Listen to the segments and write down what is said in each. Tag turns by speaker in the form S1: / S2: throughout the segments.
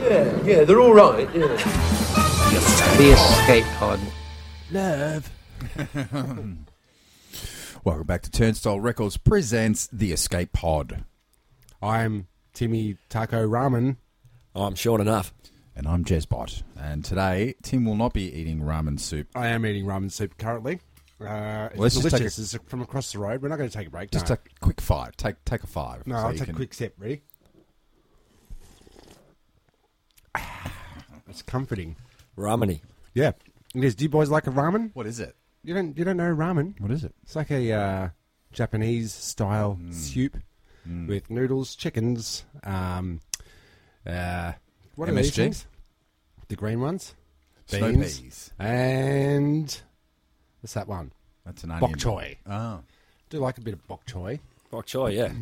S1: yeah, they're all right. Yeah.
S2: The escape pod.
S3: Love. Welcome back to Turnstile Records presents The Escape Pod.
S4: I'm Timmy Taco Ramen.
S5: Oh, I'm short enough.
S3: And I'm Jezbot. And today, Tim will not be eating ramen soup.
S4: I am eating ramen soup currently. Uh, it's
S3: Well, let's just take
S4: delicious. It's from across the road. We're not going to take a break.
S3: Just
S4: no,
S3: a quick five. Take take a five.
S4: no
S3: so
S4: I'll
S3: you
S4: take
S3: can-
S4: a quick sip. Ready? It's comforting.
S5: Ramani.
S4: Yeah, it is. Do you boys like a ramen?
S3: What is it?
S4: You don't. You don't know ramen?
S3: What is it?
S4: It's like a uh, Japanese style
S3: Mm.
S4: soup with noodles, chickens. Um, uh, what are these
S3: MSG?
S4: things? The green ones,
S3: Snow
S4: Beans.
S3: peas.
S4: and what's that one?
S3: That's an onion.
S4: Bok choy.
S3: Oh.
S4: Do like a bit of bok choy.
S5: Bok choy, yeah.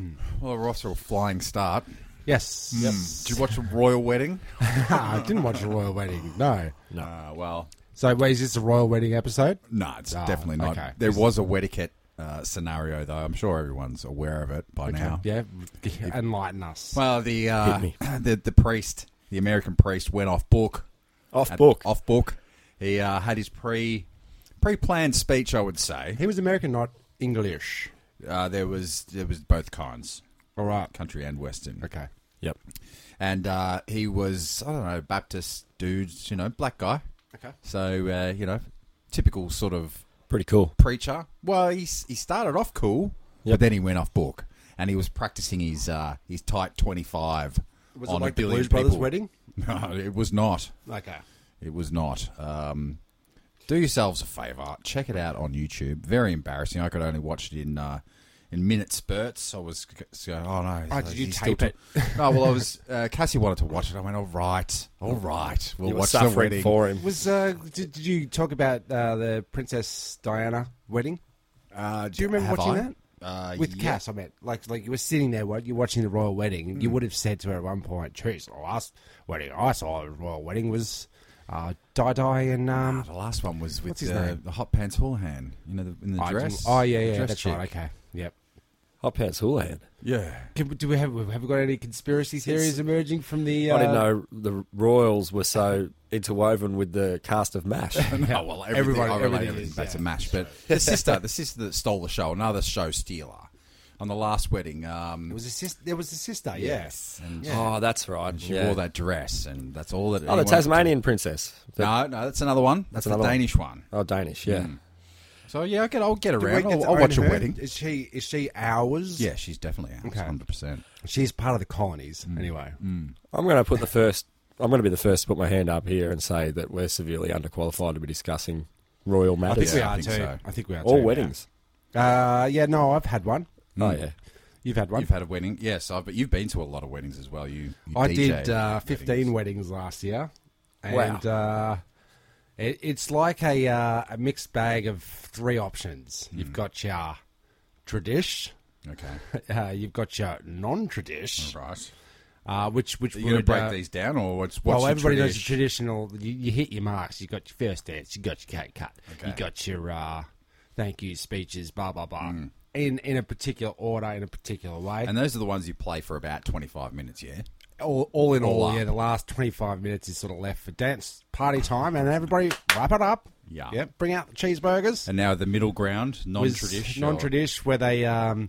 S3: Well, we're off to a flying start.
S4: Yes.
S3: Mm. Did you watch the royal wedding?
S4: Ah, I didn't watch the royal wedding. No.
S3: No. Uh, well,
S4: So wait, is this a royal wedding episode?
S3: no, it's
S4: Ah,
S3: definitely not.
S4: okay.
S3: There was a wetiquette uh, scenario, though. I'm sure everyone's aware of it by now.
S4: Yeah. Enlighten us.
S3: Well, the uh,
S5: Hit me.
S3: the the priest, the American priest, went off book.
S5: Off
S3: At-
S5: book.
S3: Off book. He uh, had his pre pre planned speech. I would say
S4: he was American, not English.
S3: uh, there was there was both kinds,
S4: All right.
S3: country and western.
S4: Okay.
S5: Yep.
S3: And uh, he was I don't know Baptist dudes, you know, black guy.
S4: Okay.
S3: So uh, you know, typical sort of
S5: Pretty cool.
S3: preacher. Well, he s- he started off cool, but
S5: Yep.
S3: then he went off book, and he was practicing his uh, his tight twenty five.
S4: Was
S3: on a
S4: it like the
S3: billion
S4: Blues Brothers
S3: people.
S4: wedding?
S3: No, it was not.
S4: Okay.
S3: It was not. Um, do yourselves a favour. Check it out on YouTube. Very embarrassing. I could only watch it in uh, in minute spurts. I was c- c- going, oh no.
S4: Oh, did you
S3: he's
S4: tape
S3: still ta- no, well, I was. Uh, Cassie wanted to watch it. I went, all right,
S4: Oh,
S3: all right. We'll
S5: You were
S3: watch the
S5: suffering
S3: wedding.
S5: for him.
S4: Was uh, did, did you talk about uh, the Princess Diana wedding
S3: Uh,
S4: Do you remember
S3: have
S4: watching
S3: I?
S4: that?
S3: Uh,
S4: with
S3: yeah.
S4: Cass? I meant like like you were sitting there, what you're watching the royal wedding. and You would have said to her at one point, "Geez, the last wedding I saw at the royal wedding was uh, Di Di and
S3: Ah,
S4: um,
S3: the last one was with
S4: What's his
S3: the,
S4: name?
S3: the hot pants Houlihan, you know, the, in the
S4: I
S3: dress.
S4: didn't- Oh yeah, yeah,
S3: dress
S4: that's
S3: chick.
S4: right. Okay, yep.
S5: Hot pants Houlihan.
S3: Yeah,
S4: Can, we- do we have have we got any conspiracy theories emerging from the? Uh,
S5: I didn't know the Royals were so interwoven with the cast of MASH.
S3: Oh well, everything,
S4: Everybody-
S3: I relate
S4: everything
S3: everything
S4: is,
S3: back to
S4: yeah.
S3: Mash. But the sister, the sister that stole the show, another show stealer, on the last wedding. Um,
S4: It was a sister. There was a sister. Yes.
S3: and
S5: Oh, that's right.
S3: she
S5: yeah.
S3: wore that dress, and that's all that.
S5: Oh, the
S3: anyone-
S5: Tasmanian princess. The-
S3: No, no, that's another one. That's, the
S5: another one.
S3: Danish one.
S5: Oh, Danish, yeah.
S3: So yeah, I get, I'll get
S4: Do we
S3: around.
S4: get
S3: I'll,
S4: to
S3: I'll
S4: own
S3: watch a
S4: her?
S3: wedding.
S4: Is she is she ours?
S3: Yeah, she's definitely out.
S4: Okay.
S3: Hundred percent.
S4: She's part of the colonies anyway.
S5: I'm going to put the first. I'm going to be the first to put my hand up here and say that we're severely underqualified to be discussing royal
S4: I think
S5: matters
S4: we
S3: Yeah, I
S4: are
S3: think
S4: too.
S3: so.
S4: I think we are too.
S5: or
S4: yeah.
S5: weddings.
S4: Uh, yeah. No, I've had one.
S5: Oh yeah.
S4: You've had one.
S3: You've had a wedding, yes. I've, but you've been to a lot of weddings as well. You, you
S4: I
S3: DJ'd
S4: did uh,
S3: weddings.
S4: 15 weddings last year.
S5: Wow.
S4: And uh, it, it's like a, uh, a mixed bag of three options.
S3: Hmm.
S4: You've got your tradish,
S3: Okay,
S4: uh, you've got your non tradish,
S3: right.
S4: uh, which, which
S3: Are you going to
S4: would,
S3: break
S4: uh,
S3: these down, or what's, what's
S4: Well,
S3: your
S4: everybody knows your
S3: tradish?
S4: traditional. You, you hit your marks. You got your first dance. You got your cake cut.
S3: Okay.
S4: You got your uh, thank you speeches. Blah blah blah.
S3: Hmm.
S4: In in a particular order, in a particular way.
S3: And those are the ones you play for about 25 minutes, yeah?
S4: all, all in all,
S3: All up.
S4: yeah, the last 25 minutes is sort of left for dance party time, and everybody wrap it up.
S3: Yeah.
S4: Yep. Bring out the cheeseburgers.
S3: And now the middle ground, non
S4: Was
S3: traditional.
S4: Non-tradish, where they um,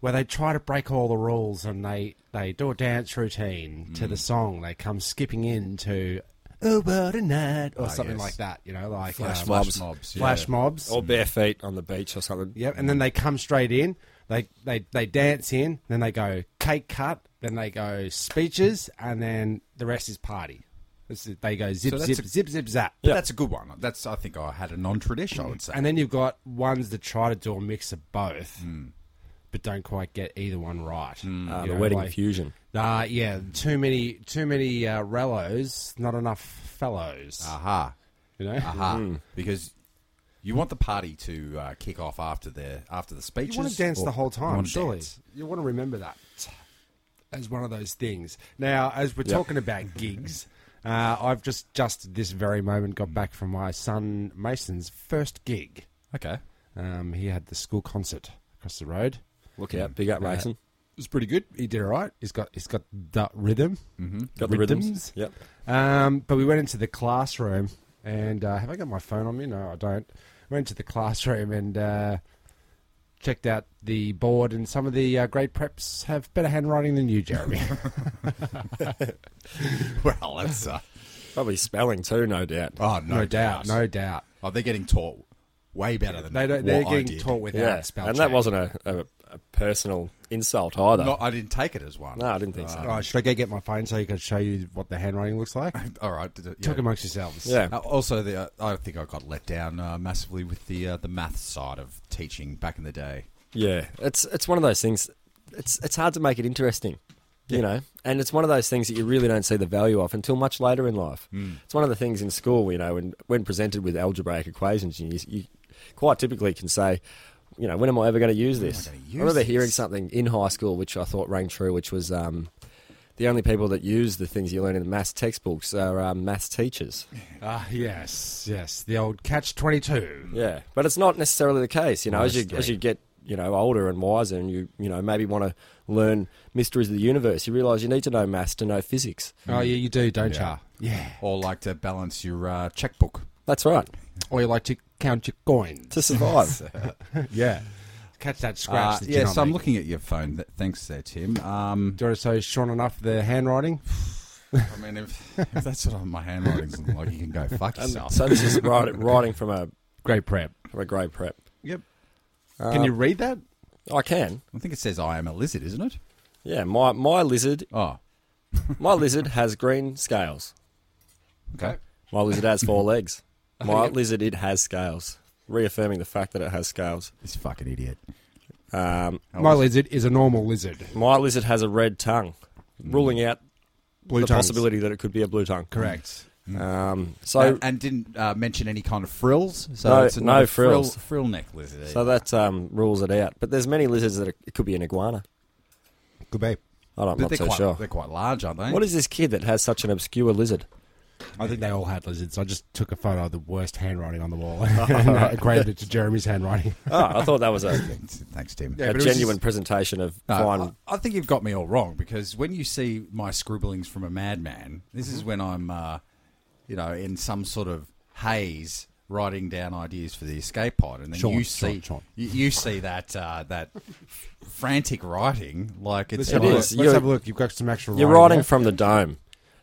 S4: where they try to break all the rules and they they do a dance routine to
S3: Mm.
S4: the song. They come skipping into Oh What a Night or something
S3: Ah, yes.
S4: like that. You know, like
S3: Flash
S4: um,
S3: mobs. mobs, yeah.
S4: flash mobs.
S5: Or bare feet on the beach or something.
S4: Yep, and then
S3: Mm.
S4: they come straight in. They they they dance in, then they go cake cut, then they go speeches, and then the rest is party. This is- They go zip
S3: So that's
S4: zip
S3: a-
S4: zip zip zap.
S3: But That's a good one. That's I think I had a non traditional, I would say.
S4: Mm. And then you've got ones that try to do a mix of both,
S3: Mm.
S4: but don't quite get either one right.
S5: Uh,
S4: You
S5: the
S4: know,
S5: wedding
S4: like-
S5: fusion.
S4: Uh, yeah,
S3: Mm.
S4: too many too many uh, rellos, not enough fellows.
S3: Aha.
S4: you know,
S3: Aha.
S4: Mm.
S3: Because you want the party to uh, kick off after the after the speeches.
S4: You want to dance
S3: or-
S4: the whole
S3: you
S4: time,
S3: wanna
S4: surely.
S3: dance.
S4: You want to remember that as one of those things. Now, as we're talking about gigs, uh, I've just just at this very moment got back from my son Mason's first gig.
S3: Okay.
S4: Um, he had the school concert across the road.
S5: Look out, big up, Mason.
S4: was pretty good. He did all right. He's got he's got the rhythm.
S3: Mm-hmm.
S5: Got the rhythms.
S4: Rhythms.
S5: Yep.
S4: Um, but we went into the classroom, and uh, have I got my phone on me? No, I don't. Went into the classroom and uh, checked out the board, and some of the uh, grade preps have better handwriting than you, Jeremy.
S3: Well, that's uh,
S5: Probably spelling too, no doubt.
S3: oh no,
S4: no doubt, no doubt.
S3: Oh, they're getting taught way better than
S4: They don't,
S3: what
S4: they're
S3: I
S4: getting
S3: did.
S4: taught without
S5: yeah,
S4: spell
S5: and that
S4: check.
S5: wasn't a, a, a personal insult either.
S3: No, I didn't take it as one.
S5: no, I didn't think so.
S4: All right, should I go get my phone so you can show you what the handwriting looks like?
S3: All right. did it- yeah.
S4: Talk amongst yourselves.
S5: Yeah.
S3: Uh, also, the, uh, I think I got let down uh, massively with the uh, the math side of teaching back in the day.
S5: Yeah, it's it's one of those things. It's it's hard to make it interesting, you know. And it's one of those things that you really don't see the value of until much later in life. It's one of the things in school, you know, when when presented with algebraic equations, you, you quite typically can say, you know, when am I ever going to use this?
S3: gonna use
S5: I remember
S3: this?
S5: hearing something in high school which I thought rang true, which was. Um, the only people that use the things you learn in the maths textbooks are um, maths teachers.
S4: Ah, yes, yes. The old catch 22.
S5: Yeah, but it's not necessarily the case. You know, as you
S4: Honestly.
S5: as you get you know older and wiser, and you you know maybe want to learn mysteries of the universe, you realise you need to know maths to know physics.
S4: Oh, yeah, you do, don't
S3: Yeah.
S4: you? Yeah.
S3: Or like to balance your uh, checkbook.
S5: That's right
S4: Or you like to count your coins.
S5: to survive.
S4: yeah. Catch that
S3: Uh,
S4: scratch. that you're
S3: yeah,
S4: not
S3: so I'm
S4: making.
S3: looking at your phone. Th- Thanks there, Tim. Um,
S4: Do you want to say Sean enough the handwriting?
S3: I mean, if, if that's what my handwriting's looking like, you can go fuck
S5: And
S3: yourself.
S5: so this is writing, writing from a
S4: Great prep.
S5: from a grade prep.
S4: Yep.
S5: Uh,
S4: Can you read that?
S5: I can.
S3: I think it says I am a lizard, isn't it?
S5: Yeah, my my lizard
S3: Oh,
S5: my lizard has green scales.
S3: okay.
S5: My lizard has four legs. My lizard it has scales, reaffirming the fact that it has scales.
S3: This fucking idiot.
S5: Um,
S3: How
S4: My
S3: was it?
S4: lizard is a normal lizard.
S5: my lizard has a red tongue, ruling out
S4: Blue
S5: the
S4: tongues.
S5: possibility that it could be a blue tongue.
S4: Correct.
S5: Um, so
S3: And, and didn't uh, mention any kind of frills. So
S5: No-
S3: it's
S5: no
S3: another frill,
S5: frills.
S3: frill neck lizard.
S5: so that um, rules it out. But there's many lizards that are, it could be an iguana.
S4: Good babe.
S5: I don't, I'm
S3: But
S5: not
S3: they're
S5: so
S3: quite,
S5: sure.
S3: they're quite large, aren't they?
S5: What is this kid that has such an obscure lizard?
S4: I think they all had lizards. I just took a photo of the worst handwriting on the wall and uh, equated it to Jeremy's handwriting.
S5: Oh, I thought that was a,
S3: Thanks, Tim.
S4: Yeah, Ah.
S5: a
S4: but it was just-
S5: genuine presentation of
S3: No,
S5: fine.
S3: I, I think you've got me all wrong because when you see my scribblings from a madman, this
S5: Mm-hmm.
S3: is when I'm, uh, you know, in some sort of haze, writing down ideas for the escape pod, and then
S4: Sean,
S3: you
S4: Sean,
S3: see
S4: Sean.
S3: You, you see that uh, that frantic writing, like it's
S4: Let's,
S5: It
S4: have, a look. Let's
S5: is. You're-
S4: have a look. You've got some actual
S5: you're
S4: writing
S5: writing
S4: there.
S5: from the dome.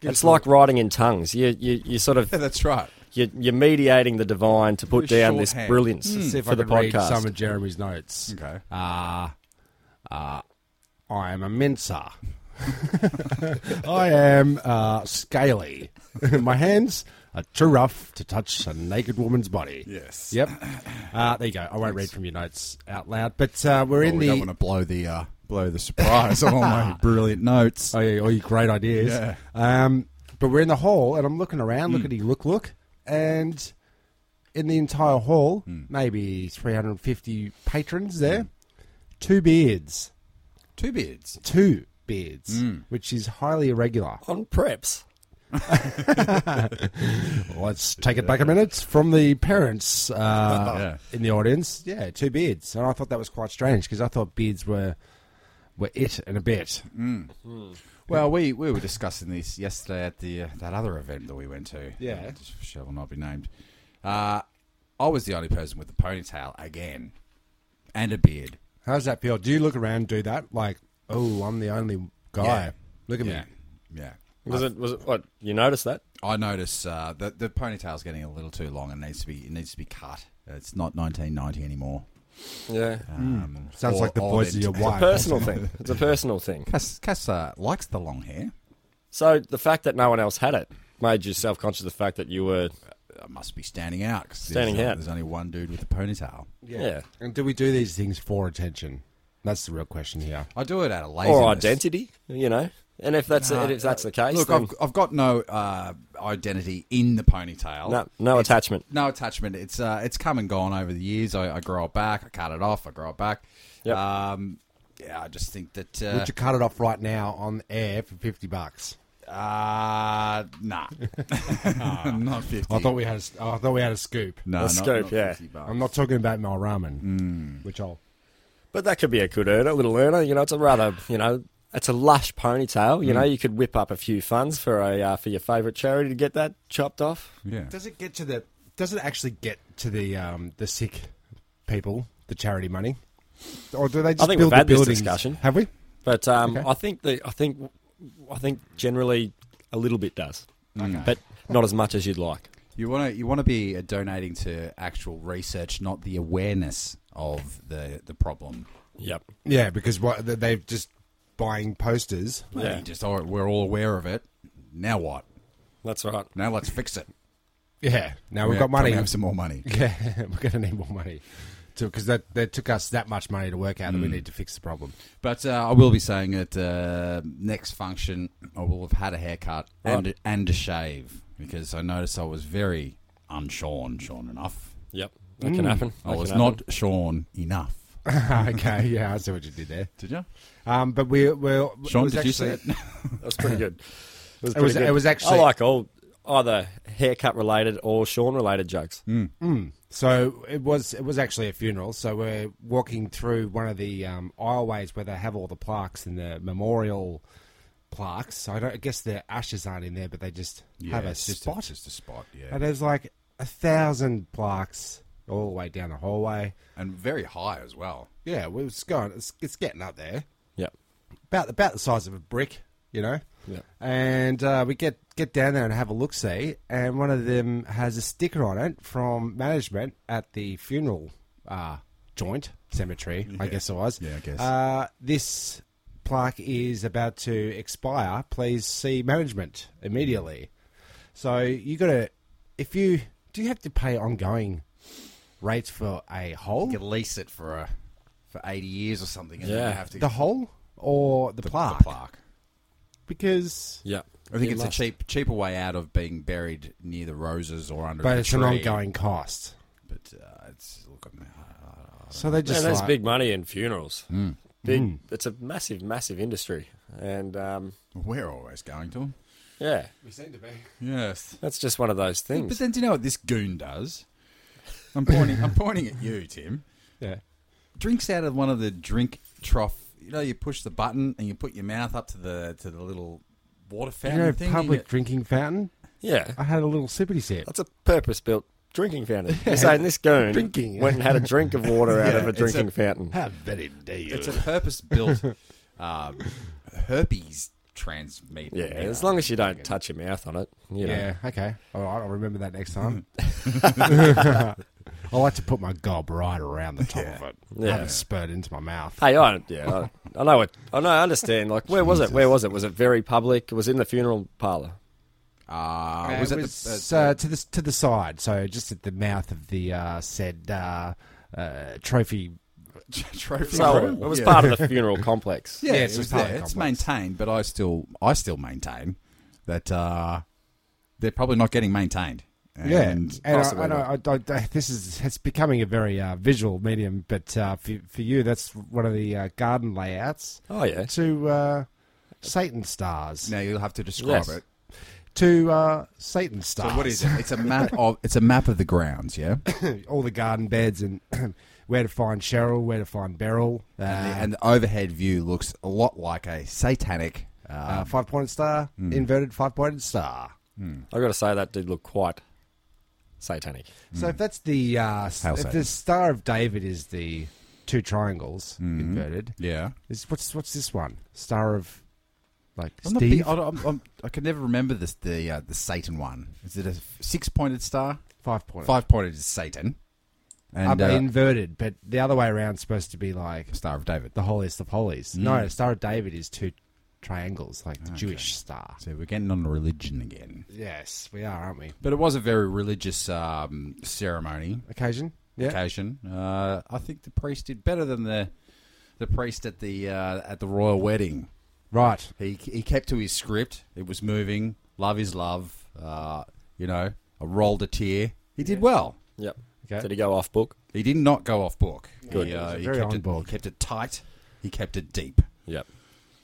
S4: us
S5: It's
S4: a
S5: like writing in tongues. You you you sort of
S3: Yeah, that's right.
S5: you're, you're mediating the divine to put
S3: With
S5: down this
S3: shorthand.
S5: brilliance
S4: Let's Hmm. see if
S5: for
S4: I
S5: the
S4: can read some
S5: podcast.
S4: of Jeremy's notes.
S3: Okay.
S4: Uh, uh, I am a mincer. I am uh, scaly. My hands are too rough to touch a naked woman's body.
S3: Yes.
S4: Yep. Uh, there you go. I won't read from your notes out loud, but uh, we're
S3: Well,
S4: in
S3: Oh, we
S4: the.
S3: don't want to blow the uh, blow the surprise on all my brilliant notes.
S5: Uh,
S4: Oh, yeah, all your great ideas.
S3: Yeah. Hmm.
S4: Um, but we're in the hall, and I'm looking around, lookety look, look, and in the entire hall,
S3: Hmm.
S4: maybe 350 patrons there, two beards,
S3: Two beards.
S4: two beards,
S3: Hmm.
S4: which is highly irregular.
S5: On preps.
S4: Let's take it back a minute from the parents uh,
S3: Yeah.
S4: in the audience. Yeah, two beards, and I thought that was quite strange because I thought beards were were it and a bit.
S3: Well, we, we were discussing this yesterday at the uh, that other event that we went to. Uh,
S4: Yeah.
S3: Which shall not be named. Uh, I was the only person with a ponytail again, and a beard.
S4: How does that feel? Do you look around, and do that, like, oh, I'm the only guy.
S3: Yeah.
S4: Look at
S3: yeah,
S4: me.
S3: yeah.
S5: Was it was it what you noticed that?
S3: I notice uh, that the ponytail's getting a little too long and needs to be it needs to be cut. It's not 1990 anymore.
S5: Yeah.
S3: Um,
S4: Hmm. Sounds
S3: or-
S4: like the
S3: or
S4: voice
S3: then-
S4: of your wife.
S5: Personal thing. It's a personal thing.
S3: Cass, Cass uh, likes the long hair.
S5: So the fact that no one else had it made you self conscious of the fact that you were
S3: I Uh, must be standing out. 'cause
S5: Standing
S3: there's,
S5: out.
S3: There's only one dude with a ponytail.
S5: yeah. yeah.
S4: And do we do these things for attention? That's the real question here.
S3: I do it out of laziness.
S5: or identity, you know. And if that's and if that's the case,
S3: Look,
S5: then
S3: I've, I've got no uh, identity in the ponytail.
S5: no, no attachment.
S3: No attachment. It's uh, it's come and gone over the years. I, I grow it back. I cut it off. I grow it back.
S5: Yep.
S3: Um, yeah, I just think that. Uh,
S4: Would you cut it off right now on air for fifty bucks?
S3: uh nah, not fifty.
S4: I thought we had. A, oh, I thought we had a scoop.
S3: no,
S5: A
S3: not,
S5: scope,
S3: not
S5: yeah.
S3: 50 bucks. Mm.
S4: I'm not talking about my ramen, which I'll.
S5: But that could be a good earner, little earner. You know, it's a rather, you know, it's a lush ponytail.
S3: Hmm.
S5: You know, you could whip up a few funds for a uh, for your favourite charity to get that chopped off.
S3: Yeah.
S4: Does it get to the? Does it actually get to the um, the sick people, the charity money, or do they just
S5: I think
S4: build
S5: we've
S4: the
S5: had this
S4: buildings?
S5: discussion.
S4: Have we?
S5: But um,
S4: Okay.
S5: I think the I think I think generally a little bit does,
S3: Okay.
S5: but not as much as you'd like.
S3: You want to you want to be uh, donating to actual research, not the awareness of the the problem.
S5: Yep.
S4: Yeah, because what they- they're just buying posters.
S5: Yeah.
S3: Hey, just all right, we're all aware of it. Now what?
S5: That's right.
S3: Now let's fix it.
S4: Yeah. Now we've
S3: Yeah,
S4: got
S3: come
S4: money.
S3: Have some more money.
S4: Yeah, we're going to need more money. Because that, that took us that much money to work out
S3: Mm.
S4: that we need to fix the problem.
S3: But uh, I will be saying that uh, next function, I will have had a haircut and and a shave because I noticed I was very unshorn, shorn enough.
S5: Yep. That can happen.
S3: I
S5: That
S3: was
S5: can happen.
S3: Hmm. not shorn enough.
S4: okay, yeah, I see what you did there.
S3: Did you,
S4: Um, but we, we it
S3: Sean?
S4: was
S3: Did you say
S4: actually-
S3: it?
S5: That was pretty good. It was,
S4: It was-
S5: pretty good.
S4: it was actually-
S5: I like all either haircut related or Sean related jokes.
S4: So it was it was actually a funeral. So we're walking through one of the um, aisleways where they have all the plaques and the memorial plaques. So I, don't, I guess the ashes aren't in there, but they just have a
S3: it's just
S4: spot.
S3: just a spot. Yeah,
S4: and there's like a thousand plaques all the way down the hallway.
S3: and very high as well.
S4: Yeah, well, it's going. It's, it's getting up there,
S5: Yep.
S4: about about the size of a brick, you know.
S5: Yeah.
S4: And uh, we get get down there and have a look see, and one of them has a sticker on it from management at the funeral uh, joint cemetery. I guess it was.
S3: Yeah, I guess.
S4: Uh, this plaque is about to expire. Please see management immediately. So you got to if you do you have to pay ongoing rates for a hole
S3: You lease it for a, for eighty years or something, and then
S5: Yeah.
S3: you have to
S4: the hole or the, plaque?
S3: the plaque.
S4: because
S5: Yep.
S3: I think
S5: You
S3: it's
S5: must.
S3: a cheap cheaper way out of being buried near the roses or under.
S4: but
S3: the
S4: it's
S3: tree.
S4: an ongoing cost.
S3: But uh, it's look. I'm, uh,
S4: So they
S5: Yeah,
S4: just
S5: there's
S4: like-
S5: big money in funerals. Big. It's a massive, massive industry, and um,
S3: we're always going to them.
S5: yeah,
S4: We seem to be.
S3: Yes.
S5: that's just one of those
S3: But
S5: things.
S3: then do you know what this goon does? I'm pointing. I'm pointing at you, Tim.
S4: Yeah.
S3: Drinks out of one of the drink trough. You know, you push the button and you put your mouth up to the to the little water
S4: you
S3: fountain
S4: know,
S3: thing.
S4: public
S3: you get-
S4: drinking fountain.
S5: Yeah,
S4: I had a little sippity sip.
S5: that's a purpose-built drinking fountain. You're saying this goon
S4: Drinking.
S5: went and had a drink of water out of a
S3: it's a-
S5: drinking fountain.
S4: How very dare you?
S3: it's a purpose built um, herpes transmitter. Uh,
S5: Yeah, as long as you don't touch your mouth on it, you know.
S4: yeah. Okay. All right. I'll remember that next time. I like to put my gob right around the top of it.
S5: Yeah.
S4: Have it spurt into my mouth.
S5: Hey, I yeah, I, I know it. I know, I understand. Like, where was it? Where was it? Was it very public? Was it in the funeral parlor?
S3: Uh,
S4: Uh,
S3: was
S4: it
S3: it
S4: was,
S3: the, uh,
S4: uh, to the to the side, so just at the mouth of the uh, said uh, uh, trophy.
S3: trophy?
S5: So
S3: room?
S5: it was
S3: Yeah.
S5: part of the funeral complex.
S3: Yeah,
S4: Yeah,
S3: it's,
S4: it was
S3: there.
S4: part of the
S3: It's
S4: complex.
S3: maintained, but I still, I still maintain that uh, they're probably not getting maintained. And
S4: Yeah, and, I,
S5: possibly
S4: and I, I, I, this is it's becoming a very uh, visual medium, but uh, for, for you, that's one of the uh, garden layouts.
S5: Oh yeah,
S4: to uh, Satan stars.
S3: now you'll have to describe
S5: Yes.
S3: it.
S4: To uh, Satan stars.
S3: So what is it? It's a map of it's a map of the grounds, yeah, and,
S4: All the garden beds and where to find Cheryl, where to find Beryl. Uh,
S3: the, and the overhead view looks a lot like a satanic. Uh,
S4: uh, five pointed star,
S3: hmm.
S4: inverted five pointed star.
S5: I got to say that did look quite satanic.
S4: So
S3: Hmm.
S4: if that's the uh, s-
S3: Hail
S4: if
S3: Satan.
S4: the Star of David is the two triangles
S3: Hmm.
S4: inverted,
S3: yeah,
S4: is what's what's this one? Star of like
S3: I'm not
S4: Steve,
S3: big- I, don't- I'm, I'm, I can never remember this the uh, the Satan one. Is it a six pointed star?
S4: five pointed.
S3: Five pointed is Satan, and
S4: Up-
S3: uh,
S4: inverted, but the other way around supposed to be like
S3: Star of David.
S4: the holiest of holies.
S3: Hmm.
S4: No, Star of David is two triangles, like the Jewish star.
S3: So we're getting on religion again.
S4: Yes, we are, aren't we?
S3: But it was a very religious um, ceremony
S4: Occasion. Yeah.
S3: occasion. Uh, I think the priest did better than the the priest at the uh, at the royal wedding.
S4: Right.
S3: He he kept to his script. It was moving. Love is love. Uh, you know, I rolled a tear. He did well.
S5: Yep.
S4: Okay.
S5: Did he go off book?
S3: He did not go off book.
S5: Good.
S3: He, uh,
S4: He was
S3: he
S4: very
S3: kept
S4: on
S3: it,
S4: board.
S3: He kept it tight. He kept it deep.
S5: Yep.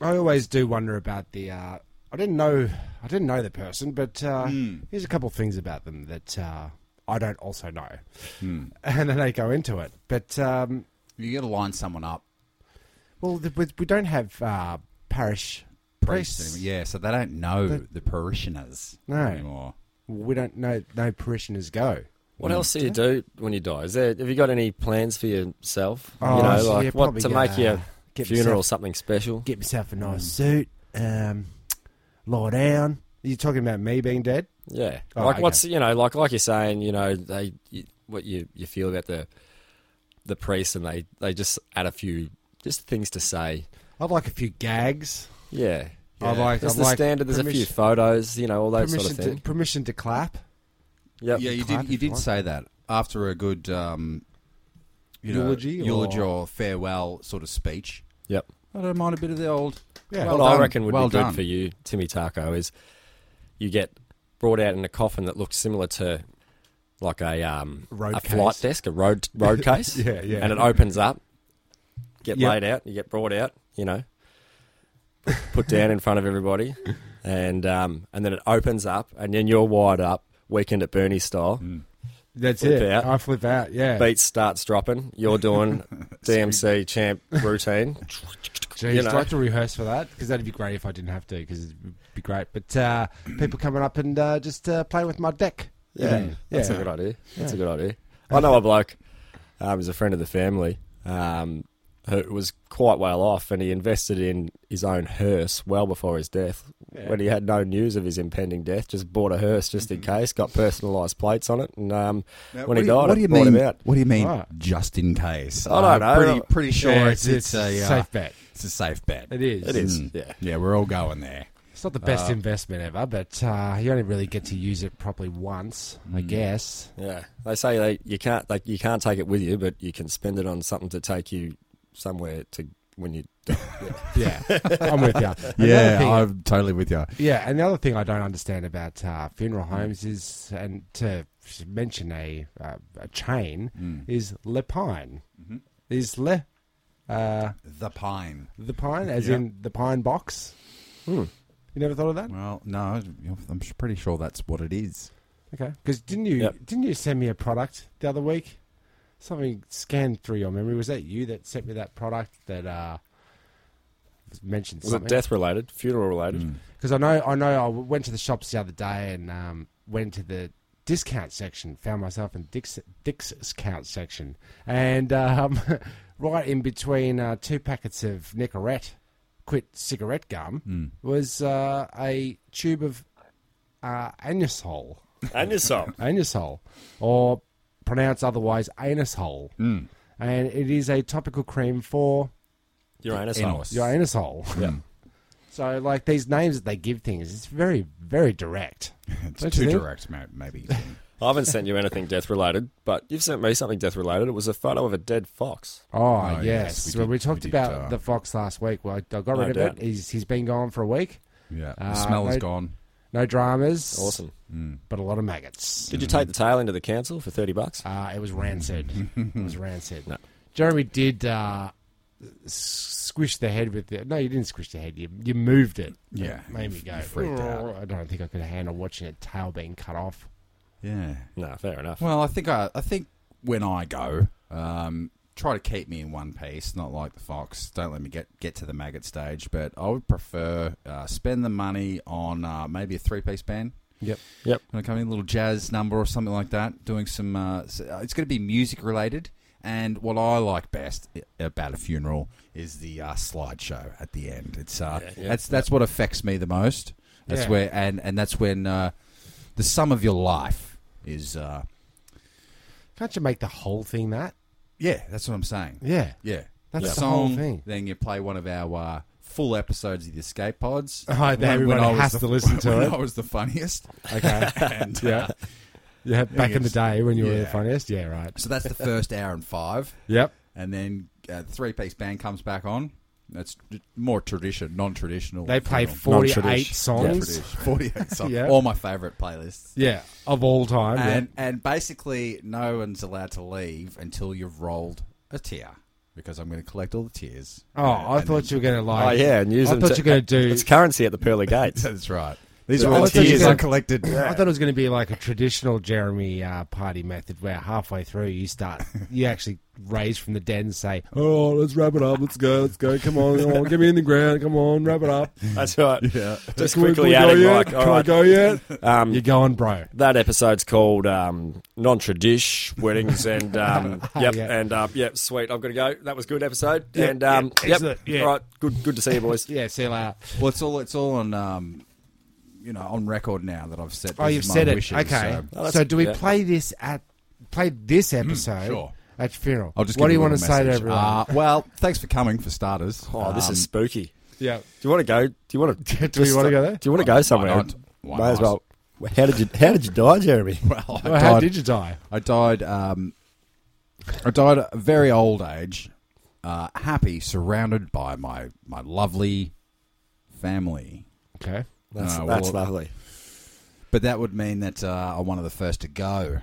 S4: I always do wonder about the. Uh, I didn't know. I didn't know the person, but uh,
S5: Hmm.
S4: here's a couple of things about them that uh, I don't
S5: Hmm.
S4: also know, and then they go into it. But um,
S3: You got to line someone up
S4: Well, th- we we don't have uh, parish priests.
S3: Priests. anymore. Yeah, so they don't know
S4: They-
S3: the parishioners
S4: No.
S3: anymore.
S4: We don't know. No parishioners go.
S5: What else do you do when you die? Is there have you got any plans for yourself?
S4: Oh,
S5: you know,
S4: so
S5: like
S4: yeah,
S5: what
S4: probably,
S5: to make
S4: uh,
S5: your
S4: get
S5: funeral
S4: myself-
S5: something special?
S4: Get myself a nice
S5: Hmm.
S4: suit. Um, lie down. Are you talking about me being dead?
S5: Yeah,
S4: Oh,
S5: like
S4: okay.
S5: what's you know, like like you're saying, you know, they you, what you you feel about the the priest, and they they just add a few just things to say.
S4: I'd like a few gags.
S5: Yeah,
S3: I
S5: Yeah.
S3: like-
S5: there's
S3: I
S5: the
S3: like
S5: standard. There's a few
S4: permission-
S5: photos, you know, all that sort
S4: Permission
S5: of thing.
S4: to permission to clap.
S5: Yep.
S3: Yeah, you
S4: Clap
S3: did. You
S4: if you
S3: did
S4: want.
S3: say that after a good um, you know,
S4: Eulogy or-
S3: eulogy or farewell sort of speech.
S5: Yep.
S3: I don't mind a bit of the old.
S4: Yeah.
S3: Well
S5: what
S3: done.
S5: I reckon would
S3: Well
S5: be good
S3: done.
S5: for you, Timmy Taco, is you get brought out in a coffin that looks similar to like a um
S4: Road
S5: a
S4: case.
S5: flight desk, a road road case.
S4: Yeah, yeah.
S5: And it opens up, get
S4: Yep.
S5: laid out, you get brought out, you know, put down in front of everybody, and um and then it opens up, and then you're wired up, weekend at Bernie style.
S4: Mm. That's
S5: Flip
S4: it.
S5: out.
S4: I flip out. Yeah.
S5: Beats starts dropping. You're doing DMC champ routine.
S4: Jeez,
S5: you
S4: do
S5: know.
S4: I have to rehearse for that? Because that'd be great if I didn't have to. Because it'd be great. But uh, people coming up and uh, just uh, playing with my deck. you
S5: Yeah,
S4: know.
S5: that's
S4: yeah.
S5: a good idea. That's a good idea. I know a bloke. Um, he's a friend of the family. Um, who was quite well off, and he invested in his own hearse well before his death.
S4: Yeah.
S5: When he had no news of his impending death, just bought a hearse just in case. Got personalised plates on it, and um,
S3: Mm-hmm. Now,
S5: when
S3: what
S5: he
S3: do you-
S5: died,
S3: what do you
S5: it brought
S3: mean?
S5: him out.
S3: What do you mean?
S4: Right.
S3: Just in case.
S5: I don't
S3: I'm
S5: know.
S3: Pretty, pretty sure
S4: Yeah,
S3: it's, it's, a uh,
S4: safe bet.
S3: It's a safe bet.
S4: It is.
S5: It is,
S3: Mm.
S5: yeah.
S3: Yeah, we're all going there.
S4: It's not the best investment ever, but uh, you only really get to use it properly once, I guess.
S5: Yeah, they say they you can't like you can't take it with you, but you can spend it on something to take you somewhere to when you. die.
S4: Yeah, I'm with you.
S3: Yeah, I'm totally with you.
S4: yeah. And the other thing I don't understand about uh, funeral homes is, and to mention a uh, a chain is Lepine. Is Le uh,
S3: The pine.
S4: the pine, as
S3: Yeah.
S4: in the pine box?
S5: Hmm.
S4: You never thought of that?
S3: Well, no, I'm s- pretty sure that's what it is.
S4: Okay, because didn't you
S5: Yep.
S4: didn't you send me a product the other week? Something scanned through your memory. Was that you that sent me that product that uh, was mentioned
S5: Was it
S4: something?
S5: death related, funeral related?
S4: Because I know I know I went to the shops the other day and um, went to the discount section. Found myself in Dick's Dick's discount section, and um, right in between uh, two packets of Nicorette, quit cigarette gum, was uh, a tube of uh, anusol
S5: And yourself.
S4: anus hole, or pronounced otherwise anus hole. And it is a topical cream for
S5: Your anus.
S3: Enos.
S4: your anus hole.
S5: Yeah.
S4: So, like these names that they give things, it's very, very direct.
S3: It's
S4: Don't
S3: too
S4: you think?
S3: direct, ma- maybe.
S5: I haven't sent you anything death related, but you've sent me something death related. It was a photo of a dead fox.
S4: Oh,
S3: Oh,
S4: yes.
S3: yes, we
S4: well,
S3: did-
S4: we talked
S3: we did,
S4: about
S3: uh,
S4: the fox last week. Well, I got rid
S5: No
S4: of
S5: doubt.
S4: it. He's, he's been gone for a week.
S3: yeah, the
S4: Uh,
S3: smell is
S4: mate.
S3: gone.
S4: No dramas.
S5: Awesome.
S4: But a lot of maggots.
S5: Did you take the tail into the council for thirty bucks?
S4: Uh, it was rancid. it was rancid. Jeremy did uh, s- squish the head with it. No, you didn't squish the head. You, you moved it.
S3: Yeah,
S4: It made
S3: you-
S4: me go.
S3: you freaked out.
S4: "Oh," I don't think I could handle watching a tail being cut off.
S3: Yeah.
S5: No, fair enough.
S3: Well, I think I, I think when I go, um, try to keep me in one piece, not like the fox. Don't let me get get to the maggot stage. But I would prefer uh, spend the money on uh, maybe a three piece band.
S4: Yep.
S5: Yep.
S3: When I come in, a little jazz number or something like that. Doing some. Uh, s- uh, it's going to be music related. And what I like best i- about a funeral is the uh, slideshow at the end. It's uh,
S5: Yeah, yeah.
S3: that's that's what affects me the most. That's
S4: Yeah.
S3: where and and that's when uh, the sum of your life is uh,
S4: Can't you make the whole thing that?
S3: yeah, that's what I'm saying.
S4: Yeah.
S3: Yeah,
S4: That's
S3: A
S4: the whole thing.
S3: Then you play one of our uh, full episodes of the Escape Pods.
S4: Oh, then everyone
S3: I was
S4: has
S3: the-
S4: to listen to
S3: when
S4: it.
S3: I was the funniest.
S4: Okay.
S3: And, uh,
S4: yeah. Yeah. Back in the
S3: it's-
S4: day when you were the
S3: yeah.
S4: funniest. Yeah. Right.
S3: so that's the first hour and five,
S4: Yep.
S3: and then uh, three piece band comes back on. That's more tradition, non traditional.
S4: They play 48
S5: Non-tradition.
S4: songs.
S3: forty eight songs.
S4: Yeah.
S3: All my favourite playlists.
S4: Yeah. Of all time. yeah.
S3: And and basically, no one's allowed to leave until you've rolled a tear, because I'm going to collect all the tears.
S4: Oh, I
S3: And
S4: thought you were going to
S5: oh
S4: like.
S5: yeah, and use
S4: I
S5: them
S4: thought you
S5: to-
S4: were going to do.
S5: It's currency at the pearly gates.
S3: That's right. These
S4: Yeah,
S3: are all
S4: I thought you
S3: tears
S4: said-
S3: I collected.
S4: I thought it was going to be like a traditional Jeremy uh, party method where halfway through you start, you actually raise from the den and say,
S1: Oh, let's wrap it up. Let's go. Let's go. Come on. Come
S4: Oh,
S1: on. Get me in the ground. Come on. Wrap it up.
S5: That's right.
S3: Yeah.
S5: Just
S1: Can we, can
S5: quickly
S1: we go
S5: adding,
S1: yet?
S5: like,
S1: Can
S5: all
S1: I
S5: right,
S1: go yet?
S5: um,
S4: You're going, bro.
S5: that episode's called um, non-tradish weddings and um, yep
S4: Yeah.
S5: and uh, yep sweet I've got to go that was a good episode and um, yep
S4: excellent, yeah.
S5: all right good good to see you boys
S4: Yeah, see you later.
S3: Well, it's all it's all on um, you know on record now that I've set.
S4: Oh,
S3: these
S4: you've
S3: as my
S4: said it.
S3: wishes,
S4: okay.
S3: so- Mm,
S5: Oh, that's-
S4: so do we
S5: yeah.
S4: play this at play this episode
S3: sure.
S4: at your funeral?
S3: I'll just.
S4: what
S3: give
S4: do you
S3: a
S4: want to
S3: little
S4: say to
S3: message.
S4: everyone?
S3: Uh, well, thanks for coming for starters.
S5: oh this
S3: Um,
S5: is spooky
S4: yeah.
S5: do you want to go do you want to
S4: Do we want to go there?
S5: do you want to go somewhere
S3: not? Why
S5: may as
S3: not?
S5: well how did you how did you die Jeremy
S3: Well, I
S4: Well, how
S3: died.
S4: did you die?
S3: I died. Um, I died at a very old age, uh, happy, surrounded by my my lovely family.
S4: Okay.
S5: that's,
S3: No,
S5: that's
S3: well-
S5: lovely
S3: But that would mean that uh, I'm one of the first to go.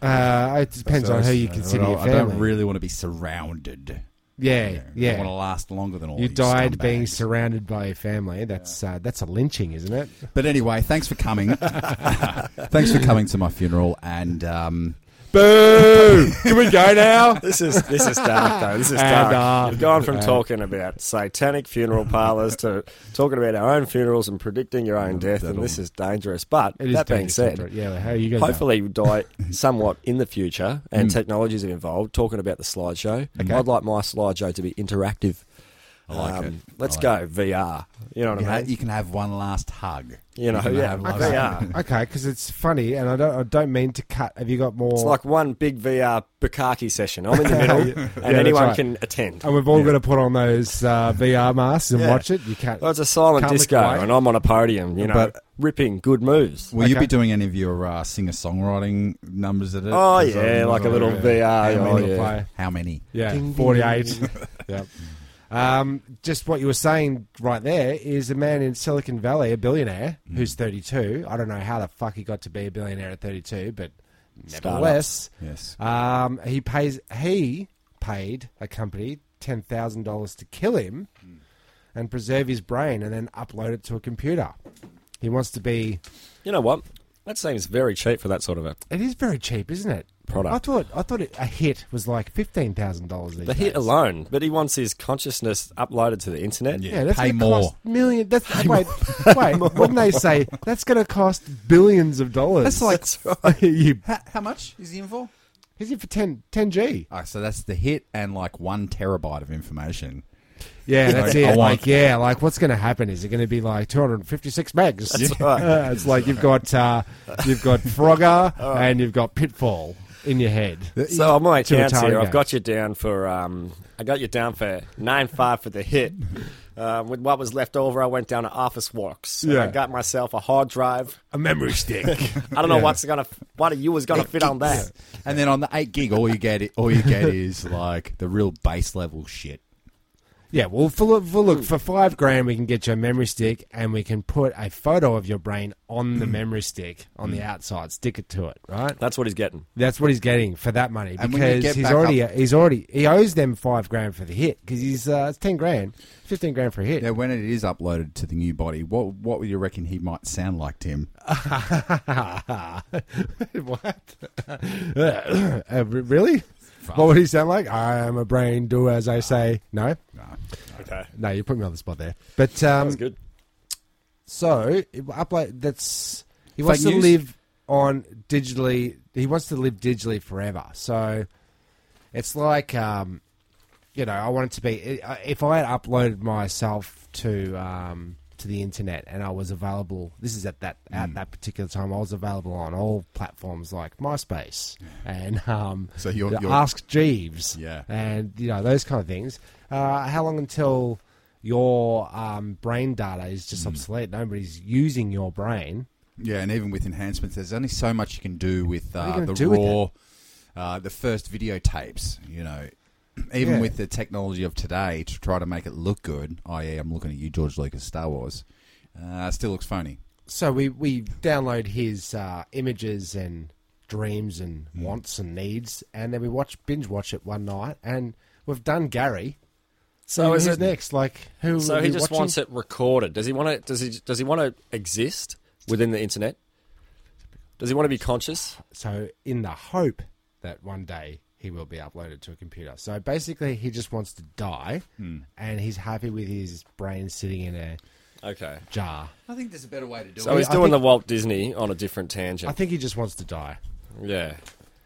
S4: Uh, it depends
S3: So
S4: on who
S3: it's-
S4: you consider
S3: I
S4: your
S3: don't,
S4: family.
S3: I don't really want to be surrounded. You
S4: yeah,
S3: know, I want to
S4: yeah.
S3: last longer than all.
S4: You
S3: these
S4: died being
S3: scumbags.
S4: surrounded by your family. That's uh, that's a lynching, isn't it?
S3: But anyway, thanks for coming. thanks for coming to my funeral, and um,
S4: Boo! Can we go now?
S5: this is this is dark though this is
S4: And,
S5: dark
S4: uh,
S5: you've gone from talking about satanic funeral parlors to talking about our own funerals and predicting your own death and this is dangerous but
S4: It is
S5: that being
S4: dangerous,
S5: said
S4: isn't it? yeah. How are you going?
S5: Hopefully, you die somewhat in the future, and
S3: Mm.
S5: technologies are involved. Talking about the slideshow, I'd like my slideshow to be interactive. Um,
S3: I like it.
S5: Let's
S3: I
S5: go VR. You know what
S3: you,
S5: I
S3: ha-
S5: mean?
S3: you can have one last hug.
S5: You know,
S3: can
S5: yeah,
S3: have one
S5: VR.
S4: Okay, because it's funny, and I don't I don't mean to cut. Have you got more?
S5: It's like one big VR bukkake session. I'm in the middle, and
S4: that's
S5: anyone
S4: right.
S5: can attend.
S4: and we've all got to put on those uh, VR masks and
S5: Yeah.
S4: watch it. You can't.
S5: Well, it's a silent
S4: Can't look
S5: disco,
S4: away.
S5: and I'm on a podium. You know,
S3: But-
S5: ripping good moves.
S3: Will you
S4: Okay.
S3: be doing any of your uh, singer songwriting numbers at it?
S5: Oh
S3: 'Cause
S5: yeah,
S3: I'm-
S5: like a little VR.
S3: How
S5: Oh,
S3: many?
S5: yeah.
S3: How many?
S4: Yeah, 48. yep. Um, just what you were saying right there is a man in Silicon Valley, a billionaire,
S5: Mm.
S4: who's 32. I don't know how the fuck he got to be a billionaire at 32, but nevertheless,
S3: Yes.
S4: um, he pays he paid a company $10,000 to kill him
S5: Mm.
S4: and preserve his brain and then upload it to a computer. He wants to be
S5: You know what? That seems very cheap for that sort of a.
S4: it is very cheap, isn't it?
S5: Product.
S4: I thought I thought it, a hit was like $15,000
S5: The hit alone, but he wants his consciousness uploaded to the internet.
S4: Yeah, that's
S3: pay
S4: gonna
S3: more.
S4: Cost million. That's wait, wait. When they say that's going to cost billions of dollars,
S3: That's like-
S5: That's right.
S4: you.
S3: How, how much is he in for?
S4: Is it for 10 10G?
S3: Oh, so that's the hit and like one terabyte of information.
S4: Yeah, that's
S3: I-
S4: it.
S3: I want-
S4: like, yeah, like what's going to happen? Is it going to be like 256 megs?
S5: That's right.
S4: Uh, it's like you've got uh, you've got Frogger and you've got Pitfall in your head.
S5: So on my
S4: To
S5: accounts
S4: Atari
S5: here,
S4: game.
S5: I've got you down for um, I got you down for nine five for the hit. Um, with what was left over, I went down to Office Works. and
S4: Yeah.
S5: I got myself a hard drive.
S4: A memory stick.
S5: I don't know what's gonna, what of you was gonna fit on that.
S3: And then on the eight gig, all you get, all you get is like the real base level shit.
S4: yeah, well, for, look- for look for five grand, we can get you a memory stick and we can put a photo of your brain on the memory stick on the outside, stick it to it, right?
S5: That's what he's getting.
S4: That's what he's getting for that money
S3: And when you
S4: because
S3: get
S4: he's
S3: back
S4: already
S3: up-
S4: he's already he owes them five grand for the hit because he's uh, it's ten grand, fifteen grand for a hit.
S3: Now, when it is uploaded to the new body, what what would you reckon he might sound like, Tim?
S4: what? Uh, re- really? What would he sound like? I am a brain. Do as I say. No,
S5: Okay,
S4: no, you put me on the spot there. But
S5: that
S4: um,
S5: was good.
S4: so it- upload. That's he wants
S3: Fake
S4: to
S3: news?
S4: live on digitally. He wants to live digitally forever. So it's like, um, you know, I want it to be. i- If I had uploaded myself to um, to the internet and I was available, this is at that
S3: Mm.
S4: at that particular time. I was available on all platforms like MySpace and um,
S3: So you're-
S4: the
S3: you're-
S4: Ask Jeeves,
S3: Yeah.
S4: and you know those kind of things. Uh, how long until your um, brain data is just obsolete? Nobody's using your brain.
S3: Yeah, and even with enhancements, there's only so much you can do with
S4: are you
S3: uh,
S4: gonna
S3: the
S4: do with
S3: raw, uh, the first videotapes. You know, even
S4: Yeah.
S3: with the technology of today to try to make it look good, i.e., I'm looking at you, George Lucas, Star Wars, uh, still looks phony.
S4: so we we download his uh, images and dreams and wants and needs, and then we watch binge watch it one night, and we've done Gary,
S5: So is
S4: who's
S5: it
S4: next? Like who?
S5: So
S4: are
S5: he
S4: we
S5: just
S4: watching?
S5: wants it recorded. Does he want to? Does he? Does he want to exist within the internet? Does he want to be conscious?
S4: So in the hope that one day he will be uploaded to a computer. So basically, he just wants to die,
S5: Hmm.
S4: and he's happy with his brain sitting in a
S5: Okay.
S4: jar.
S3: I think there's a better way to do
S5: So he's
S4: I
S5: doing
S4: think-
S5: the Walt Disney on a different
S4: I
S5: tangent.
S4: think he just wants to die.
S5: Yeah.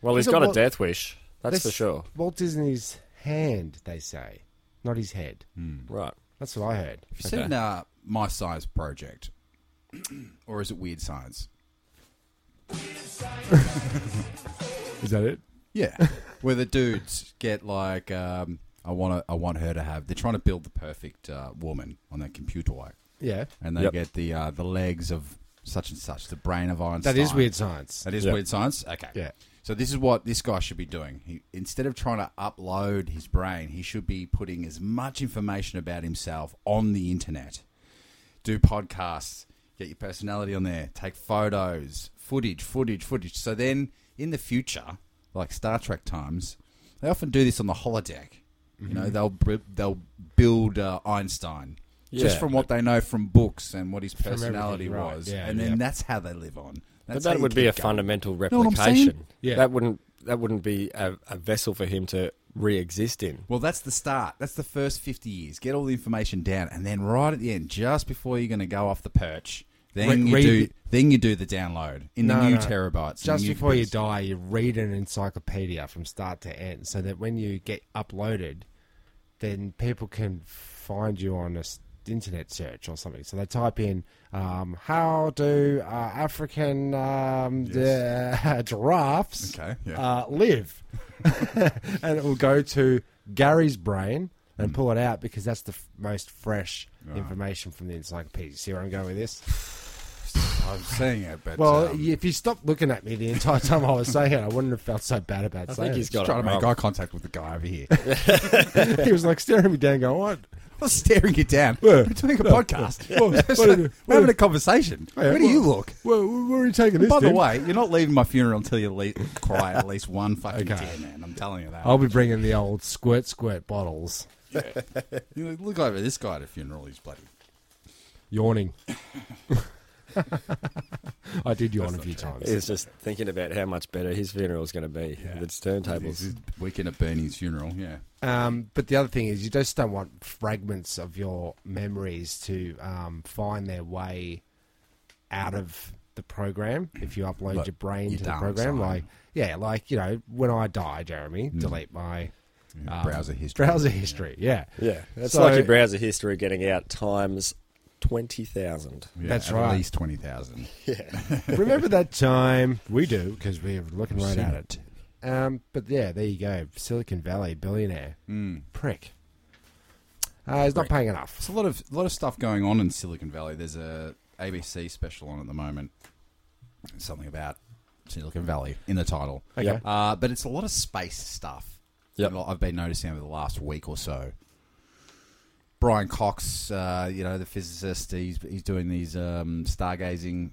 S5: Well,
S4: He's
S5: he's
S4: a
S5: got a
S4: Walt-
S5: death wish. That's for
S4: This-
S5: sure.
S4: Walt Disney's hand, they say, not his head.
S5: Hmm. Right.
S4: That's what I heard.
S3: Have you seen uh, My Science Project? or is it Weird Science?
S4: Is that it?
S3: Yeah, where the dudes get like, um, I want to, I want her to have. They're trying to build the perfect uh, woman on their computer, like,
S4: Yeah,
S3: and they
S5: Yep.
S3: get the uh, the legs of such and such, the brain of Einstein.
S4: that is weird science.
S3: That is
S5: Yeah.
S3: weird science. Okay.
S4: Yeah.
S3: So this is what this guy should be doing. He, instead of trying to upload his brain, he should be putting as much information about himself on the internet. Do podcasts, get your personality on there, take photos, footage, footage, footage. So then in the future, like Star Trek times, they often do this on the holodeck. You
S4: Mm-hmm.
S3: know, they'll bri- they'll build uh, Einstein just
S5: Yeah.
S3: from what they know from books and what his
S4: everything,
S3: personality
S4: right.
S3: was,
S4: Yeah,
S3: and then
S4: yeah.
S3: that's how they live on.
S5: But
S3: That's how
S5: that
S3: you
S5: would be
S3: keep
S5: a
S3: going.
S5: fundamentation.
S3: Know what I'm saying?
S5: replication.
S4: Yeah.
S5: That wouldn't. That wouldn't be a, a vessel for him to re-exist in.
S3: Well, that's the start. That's the first 50 years. Get all the information down, and then right at the end, just before you're going to go off the perch, then
S4: Re-
S3: you
S4: read
S3: do
S4: the-
S3: then you do the download in
S4: No,
S3: the new
S4: no.
S3: terabytes. in the
S4: Just
S3: new
S4: before you
S3: computers.
S4: die, you read an encyclopedia from start to end, so that when you get uploaded, then people can find you on a s- internet search or something. So they type in um, "How do uh, African um, the, giraffes
S3: Okay, yeah.
S4: uh, live?" and it will go to Gary's brain and
S3: Hmm.
S4: pull it out because that's the f- most fresh information from the encyclopedia. See where I'm going with this?
S3: I'm saying it, but
S4: Well,
S3: um,
S4: if you stopped looking at me the entire time I was saying it, I wouldn't have felt so bad about
S5: I
S4: saying
S5: think he's
S4: it.
S5: got
S3: trying
S5: it.
S3: to make
S5: wrong.
S3: eye contact with the guy over here.
S4: he was like staring me down, going, "What?
S3: I was staring you down.
S1: Yeah.
S3: We're doing a
S1: Yeah.
S3: podcast.
S1: Yeah. What-
S3: So,
S1: what are you-
S3: we're having a conversation.
S1: Yeah,
S3: Where do
S1: what-
S3: you look?
S1: Where, where are you taking this?
S3: By the
S1: Tim?
S3: way, you're not leaving my funeral until you le- cry at least one fucking
S4: Okay.
S3: tear, man. I'm telling you that.
S4: I'll be bringing the old squirt squirt bottles."
S3: You look over this guy at a funeral. He's bloody.
S4: Yawning. I did yawn a few times.
S5: He's just thinking about how much better his funeral is going to be. with its
S3: This
S5: turntables.
S3: is weekend at Bernie's funeral. Yeah.
S4: Um, but the other thing is, you just don't want fragments of your memories to um, find their way out of the program if you upload
S3: Like,
S4: your brain
S3: your
S4: to the
S3: dark
S4: program.
S3: side.
S4: Like, yeah, like you know, when I die, Jeremy,
S3: Hmm.
S4: delete my um,
S3: browser history.
S4: Browser history, yeah,
S5: Yeah, that's
S4: So-
S5: like your browser history getting out times twenty thousand.
S3: Yeah,
S4: That's
S3: at
S4: right.
S3: At least twenty thousand.
S4: Remember that time we do because we're looking right
S3: Seen
S4: at it. Um, but yeah, there you go, Silicon Valley billionaire prick. Uh, he's not
S3: Mm. Prick.
S4: paying enough.
S3: There's a lot of a lot of stuff going on in Silicon Valley. There's a ABC special on at the moment. Something about Silicon Valley in the title.
S4: Okay.
S5: Yep.
S3: Uh, but it's a lot of space stuff.
S5: Yep.
S3: that I've been noticing over the last week or so. Brian Cox, uh, you know, the physicist, he's, he's doing these um, stargazing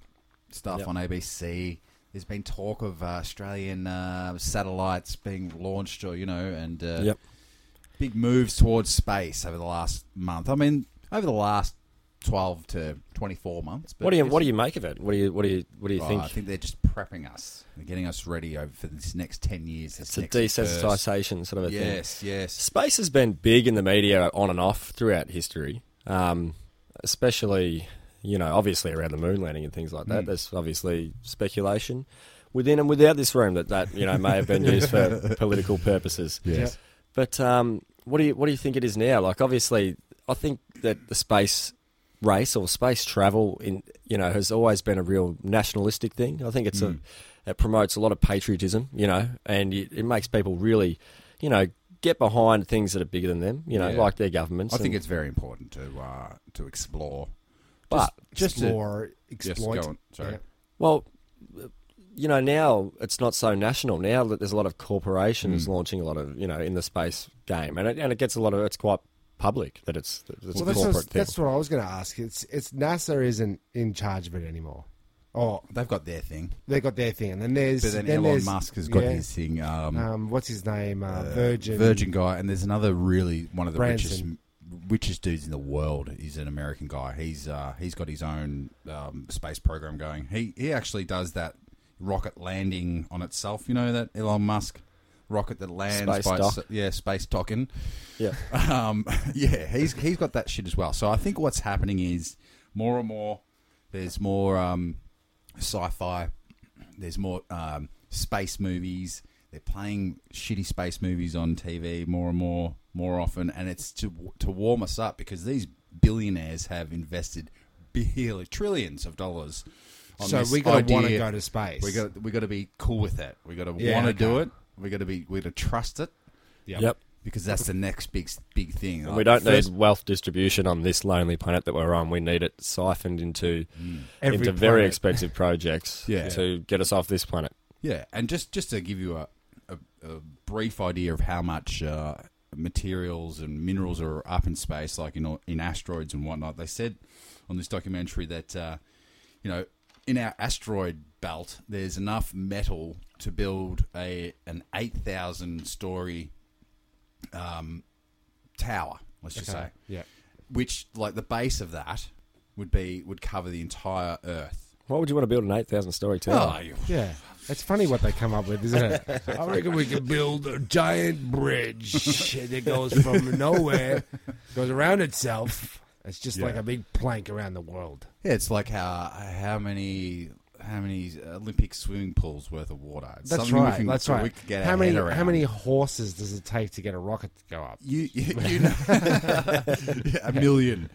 S3: stuff
S5: Yep.
S3: on ABC. There's been talk of uh, Australian uh, satellites being launched, or you know, and uh,
S5: Yep.
S3: big moves towards space over the last month. I mean, over the last twelve to twenty-four months. But
S5: What do you What do you make of it? What do you What do you What do you
S3: Oh,
S5: think?
S3: I think they're just prepping us, they're getting us ready over for this next ten years. This
S5: it's a
S3: next burst.
S5: desensitization sort of a thing.
S3: Yes, yes.
S5: Space has been big in the media on and off throughout history, um, especially, you know, obviously around the moon landing and things like
S3: Mm.
S5: that. There's obviously speculation within and without this room that that you know may have been used for political purposes.
S4: Yes.
S5: But um, what do you what do you think it is now? Like, obviously, I think that the space race or space travel in you know has always been a real nationalistic thing. I think it's
S3: Mm.
S5: a it promotes a lot of patriotism, you know, and it, it makes people really, you know, get behind things that are bigger than them, you know,
S3: Yeah.
S5: like their governments.
S3: I think
S5: and-
S3: it's very important to uh, to explore.
S5: but
S4: Just
S3: to-
S4: more
S3: Yes,
S4: exploit.
S3: go on. Sorry.
S4: Yeah.
S5: Well, you know, now it's not so national. Now that there's a lot of
S3: Mm.
S5: corporations launching a lot of, you know, in the space game, and it, and it gets a lot of it's quite public that it's, that it's
S4: Well,
S5: a
S4: that's,
S5: corporate
S4: what,
S5: thing.
S4: that's what I was going to ask. It's it's NASA isn't in charge of it anymore. Oh,
S3: They've got their thing,
S4: they got their thing, and then there's
S3: but then,
S4: there's-
S3: Elon Musk has got
S4: yeah,
S3: his thing. Um,
S4: Um, what's his name? Uh,
S3: uh,
S4: Virgin.
S3: Virgin guy, and there's another really one of the richest
S4: Branson.
S3: richest dudes in the world is an American guy. He's uh, he's got his own um, space program going. He he actually does that rocket landing on itself. You know that Elon Musk rocket that lands
S5: Space
S3: by
S5: dock.
S3: itse- yeah space docking.
S5: Yeah.
S3: Um, yeah, he's he's got that shit as well. So I think what's happening is more and more there's more um, sci-fi, there's more um, space movies. They're playing shitty space movies on TV more and more, more often, and it's to to warm us up because these billionaires have invested billion, trillions of dollars. On
S4: So
S3: this
S4: we gotta
S3: idea.
S4: want to go to space.
S3: We got we got to be cool with that. We got to
S4: Yeah,
S3: want to
S4: okay.
S3: do it. We got to be we got to trust it
S5: Yep.
S3: because that's the next big big thing.
S5: And
S3: Like,
S5: we don't
S3: first-
S5: need wealth distribution on this lonely planet that we're on. We need it siphoned into
S4: Every
S5: into very
S4: planet.
S5: expensive projects
S3: Yeah.
S5: to get us off this planet.
S3: Yeah, and just just to give you a a, a brief idea of how much uh, materials and minerals are up in space, like in in asteroids and whatnot. They said on this documentary that uh, you know in our asteroid belt there's enough metal to build a an eight thousand story um, tower. Let's just
S4: Okay,
S3: say
S4: Yeah.
S3: which like the base of that would be would cover the entire Earth.
S5: Why would you want to build an eight thousand story tower?
S3: you-
S4: Yeah. It's funny what they come up with, isn't it? I reckon we could build a giant bridge that goes from nowhere, goes around itself. It's just like a big plank around the world.
S3: Yeah, it's like how how many how many uh, Olympic swimming pools worth of water. It's
S4: That's
S3: something we
S4: right.
S3: can-
S4: that's
S3: We
S4: right.
S3: could get
S4: how
S3: our
S4: many
S3: head around.
S4: how many horses does it take to get a rocket to go up?
S3: You, you, you know, Yeah, a million.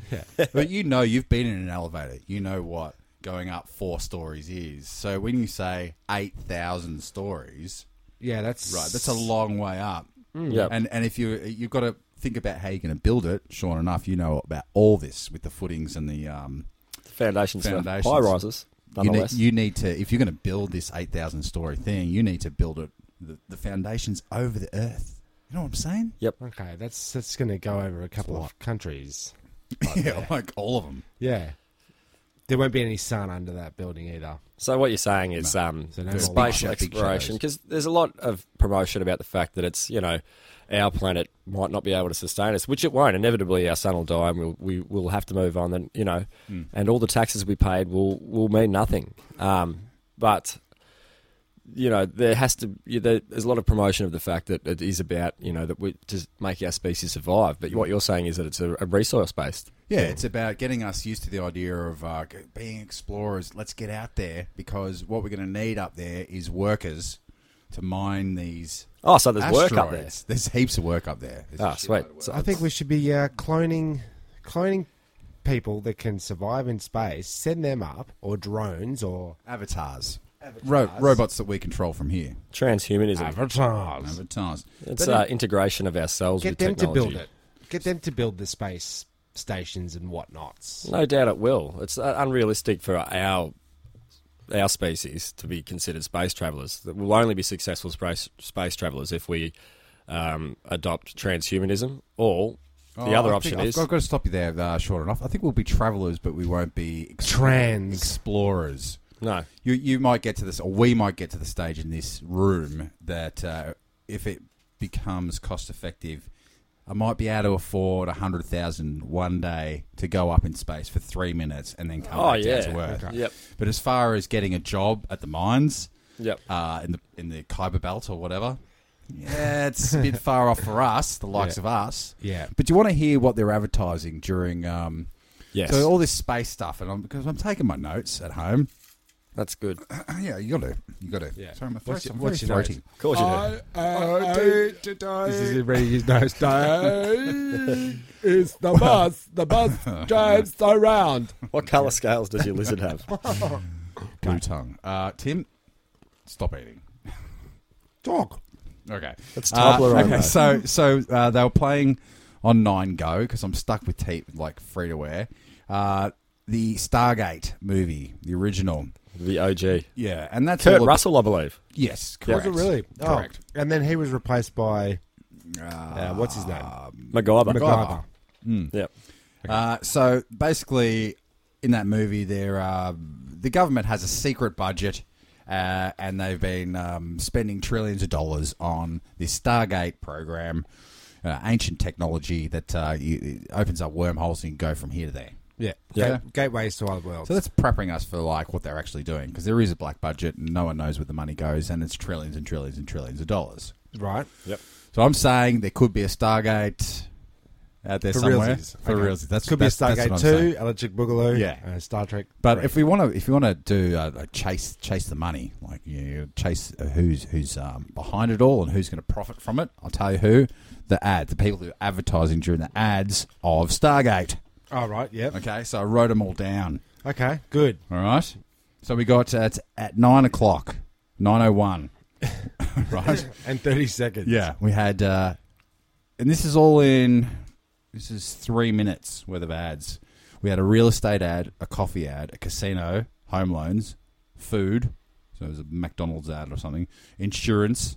S3: But you know, you've been in an elevator. You know what going up four stories is. So when you say eight thousand stories,
S4: Yeah, that's
S3: right? That's a long way up.
S4: Mm.
S5: Yep.
S3: And and if you you've got to think about how you're going to build it. Sure enough, you know about all this with the footings and the um,
S5: foundations,
S3: Foundations.
S5: for high rises.
S3: you need,
S5: Nonetheless,
S3: you need to if you're going to build this 8000 story thing you need to build it the, the foundations over the earth you know what i'm saying
S4: Okay, that's that's going to go over a couple
S3: a
S4: of countries.
S3: yeah like all of them
S4: Yeah, there won't be any sun under that building either.
S5: so what you're saying is um,
S4: So no more
S5: space
S3: lights. Big shadows.
S5: exploration because there's a lot of promotion about the fact that it's you know our planet might not be able to sustain us, which it won't. Inevitably, our sun will die, and we'll, we will have to move on. And you know,
S4: Hmm.
S5: and all the taxes we paid will will mean nothing. Um, but you know, there has to you, there, there's a lot of promotion of the fact that it is about you know that we just make our species survive. But what you're saying is that it's a, a resource based.
S3: yeah it's about getting us used to the idea of uh, g- being explorers let's get out there because what we're going to need up there is workers to mine these
S5: Oh, so there's work up there.
S3: asteroids. there's heaps of work up there There's
S5: Ah,
S3: a shitload
S5: sweet.
S3: of work.
S5: So
S4: I think we should be uh, cloning cloning people that can survive in space. Send them up, or drones, or
S3: avatars Ro- robots that we control from here
S5: Transhumanism.
S4: Ah, avatars.
S3: avatars
S5: It's
S3: But
S5: uh, integration of ourselves
S4: Get
S5: with
S4: them to
S5: technology.
S4: build it. Get them to build the space stations and whatnots.
S5: No doubt it will. It's uh, unrealistic for our our species to be considered space travelers. That We'll only be successful space space travelers if we um, adopt transhumanism. Or the
S3: Oh,
S5: other
S3: I
S5: option
S3: think-
S5: is
S3: I've got, I've got to stop you there, uh, short enough. I think we'll be travellers, but we won't be ex-
S4: Trans.
S3: explorers.
S5: no.
S3: You you might get to this, or we might get to the stage in this room that uh, if it becomes cost effective, I might be able to afford a hundred thousand one day to go up in space for three minutes and then come
S5: Oh,
S3: back
S5: yeah.
S3: down to Earth.
S4: Okay.
S5: Yep.
S3: But as far as getting a job at the mines,
S5: Yep.
S3: uh, in the in the Khyber Belt or whatever. Yeah, it's a bit far off for us, the likes
S4: Yeah.
S3: of us.
S4: Yeah.
S3: But you want to hear what they're advertising during um,
S5: Yes.
S3: so all this space stuff, and I'm because I'm taking my notes at home.
S5: That's good.
S3: yeah, you got to, you got to.
S4: Yeah.
S3: Sorry, my
S4: What's
S3: throat's
S4: your-
S3: I'm
S4: what's
S3: very
S4: your notes? Uh,
S3: throaty.
S5: Of course you do.
S4: This is ready his nose.
S1: It's the bus. The bus drives around.
S5: what colour scales does your lizard have?
S3: Blue tongue. Uh, Tim, stop eating.
S1: Talk.
S3: Okay.
S5: It's
S3: Uh,
S5: Toblerone.
S3: okay,
S5: though.
S3: so so uh, they were playing on Nine Go because I'm stuck with tape like free to wear. Uh, the Stargate movie, the original.
S5: the OG.
S3: Yeah, and that's
S5: Kurt
S3: all ab-
S5: Russell, I believe.
S3: Yes,
S4: Was
S3: correct.
S4: it really?
S3: Correct.
S4: Oh, and then he was replaced by
S3: Uh,
S4: uh, what's his name?
S5: MacGyver.
S4: MacGyver.
S5: Yep.
S3: Uh, so basically, in that movie, there uh, the government has a secret budget, uh, and they've been um, spending trillions of dollars on this Stargate program. uh, ancient technology that uh, you, it opens up wormholes and you can go from here to there.
S4: Yeah.
S5: Yeah.
S4: Gate- gateways to other worlds.
S3: So that's prepping us for like what they're actually doing because there is a black budget and no one knows where the money goes and it's trillions and trillions and trillions of dollars.
S4: right.
S3: So I'm saying there could be a Stargate out there
S4: For
S3: somewhere
S4: realsies.
S3: for
S4: Okay.
S3: real. That's
S4: Could be a
S3: that's- that's what
S4: Stargate
S3: I'm
S4: Two,
S3: saying.
S4: Electric Boogaloo,
S3: Yeah.
S4: uh, Star Trek.
S3: But
S4: three.
S3: if we want to, if you want to do uh, a chase, chase the money, like you know, chase uh, who's who's um, behind it all and who's going to profit from it. I'll tell you who: the ad, the people who are advertising during the ads of Stargate.
S4: oh right, yep.
S3: Okay, so I wrote them all down.
S4: Okay, good.
S3: All right. So we got uh, it's at nine o'clock, nine oh one. Right.
S4: And thirty seconds.
S3: Yeah, we had, uh, and this is all in. This is three minutes worth of ads. We had a real estate ad, a coffee ad, a casino, home loans, food. So it was a McDonald's ad or something. Insurance,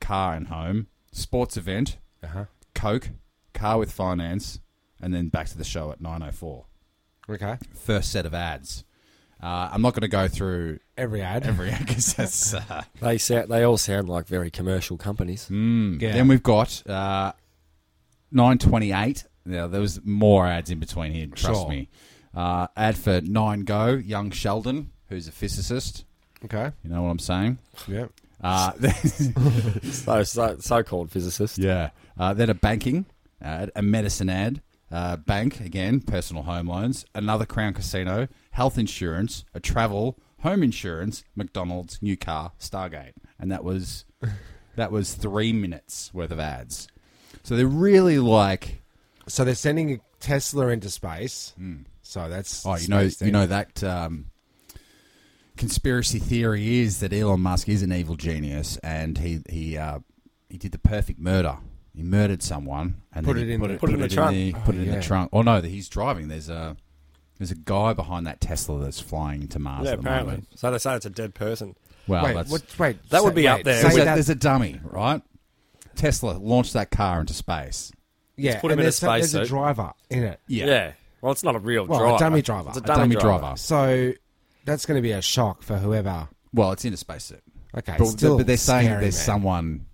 S3: car and home, sports event,
S4: Uh-huh.
S3: Coke, car with finance, and then back to the show at nine oh four.
S4: Okay.
S3: First set of ads. Uh, I'm not going to go through
S4: Every ad.
S3: every ad because that's. Uh,
S5: They sound, they all sound like very commercial companies.
S3: Mm.
S4: Yeah.
S3: Then we've got uh, 928. Now, there was more ads in between here, trust
S4: Sure.
S3: me. Uh, ad for 9Go, young Sheldon, who's a physicist.
S4: okay.
S3: You know what I'm saying?
S4: Yeah.
S3: Uh,
S5: So, so, so-called physicists.
S3: yeah. Uh, then a banking ad, a medicine ad, uh, bank, again, personal home loans, another Crown Casino, health insurance, a travel, home insurance, McDonald's, new car, Stargate. And that was that was three minutes worth of ads. So they're really like
S4: So they're sending a Tesla into space. So that's
S3: Hmm. Oh, you know,
S4: space
S3: you know that um, conspiracy theory is that Elon Musk is an evil genius, and he he uh, he did the perfect murder. He murdered someone and
S4: Put
S3: then
S4: it
S3: he
S4: in the-
S5: put it in the trunk.
S3: put it in
S4: yeah.
S3: the trunk. Oh no, that he's driving. There's a there's a guy behind that Tesla that's flying to Mars. at the Moment.
S5: So they say it's a dead person.
S3: Well,
S4: wait,
S3: oh, that's,
S4: what, wait.
S5: That would
S4: say-
S5: be up
S4: wait,
S5: there.
S4: say
S3: there's, a,
S4: that-
S3: there's a dummy, right? Tesla launched that car into space.
S4: yeah,
S5: put him
S4: and
S5: in a
S4: there's some- There's a
S5: spacesuit.
S4: driver in it.
S5: Yeah. Well, it's not a real
S4: Well, a
S5: driver.
S4: dummy driver.
S5: It's a
S4: A
S5: dummy,
S3: dummy
S5: driver.
S3: driver.
S4: So that's going to be a shock for whoever.
S3: Well, it's in a spacesuit.
S4: Okay,
S3: But,
S4: still
S3: but they're saying
S4: scary,
S3: there's
S4: man.
S3: someone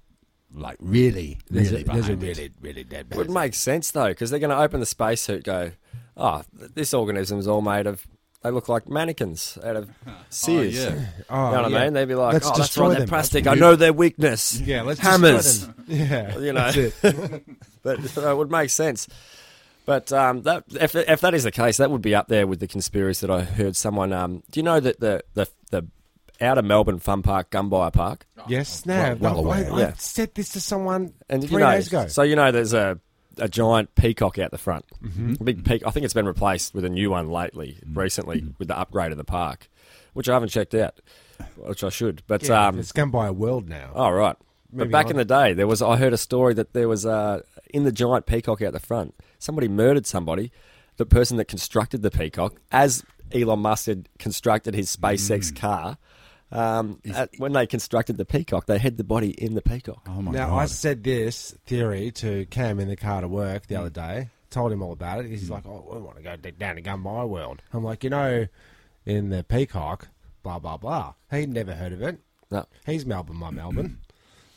S3: like really,
S4: There's
S3: really
S4: a, there's a
S3: behind it.
S4: really, really dead
S5: It would
S4: person.
S5: make sense though, because they're going to open the spacesuit, go, oh, th- this organism's all made of. They look like mannequins out of Sears.
S3: yeah.
S4: Oh,
S5: You know what
S4: yeah.
S5: I mean? They'd be like,
S4: Let's
S5: oh, that's
S4: destroy
S5: right, they're
S4: them.
S5: plastic. I know their weakness.
S4: Yeah, let's
S5: Hammers.
S4: destroy them. Yeah,
S5: You know.
S4: that's it.
S5: But that would make sense. But um, that, if, if that is the case, that would be up there with the conspiracy that I heard someone. Um, do you know that the, the, the outer Melbourne Fun Park, Gumbaya Park?
S4: Yes,
S3: Well-
S4: now
S3: well aware,
S4: I,
S5: yeah.
S4: said this to someone
S5: And
S4: three
S5: you know,
S4: days ago.
S5: So you know, there's a, a giant peacock out the front, a big peak. I think it's been replaced with a new one lately, recently with the upgrade of the park, which I haven't checked out, which I should. But
S4: yeah,
S5: um,
S4: it's gone by a world now.
S5: oh right.
S4: Moving
S5: But back
S4: on.
S5: in the day, there was I heard a story that there was uh, in the giant peacock out the front, somebody murdered somebody. The person that constructed the peacock, as Elon Musk had constructed his SpaceX car, um, at- when they constructed the peacock, they had the body in the peacock.
S3: Oh my
S4: now
S3: god!
S4: I said this theory to Cam in the car to work the other day. Told him all about it. He's like, "Oh, I want to go d- down to Gumbaya World." I'm like, you know, in the Peacock, blah blah blah. He'd never heard of it.
S5: No.
S4: He's Melbourne, my Melbourne.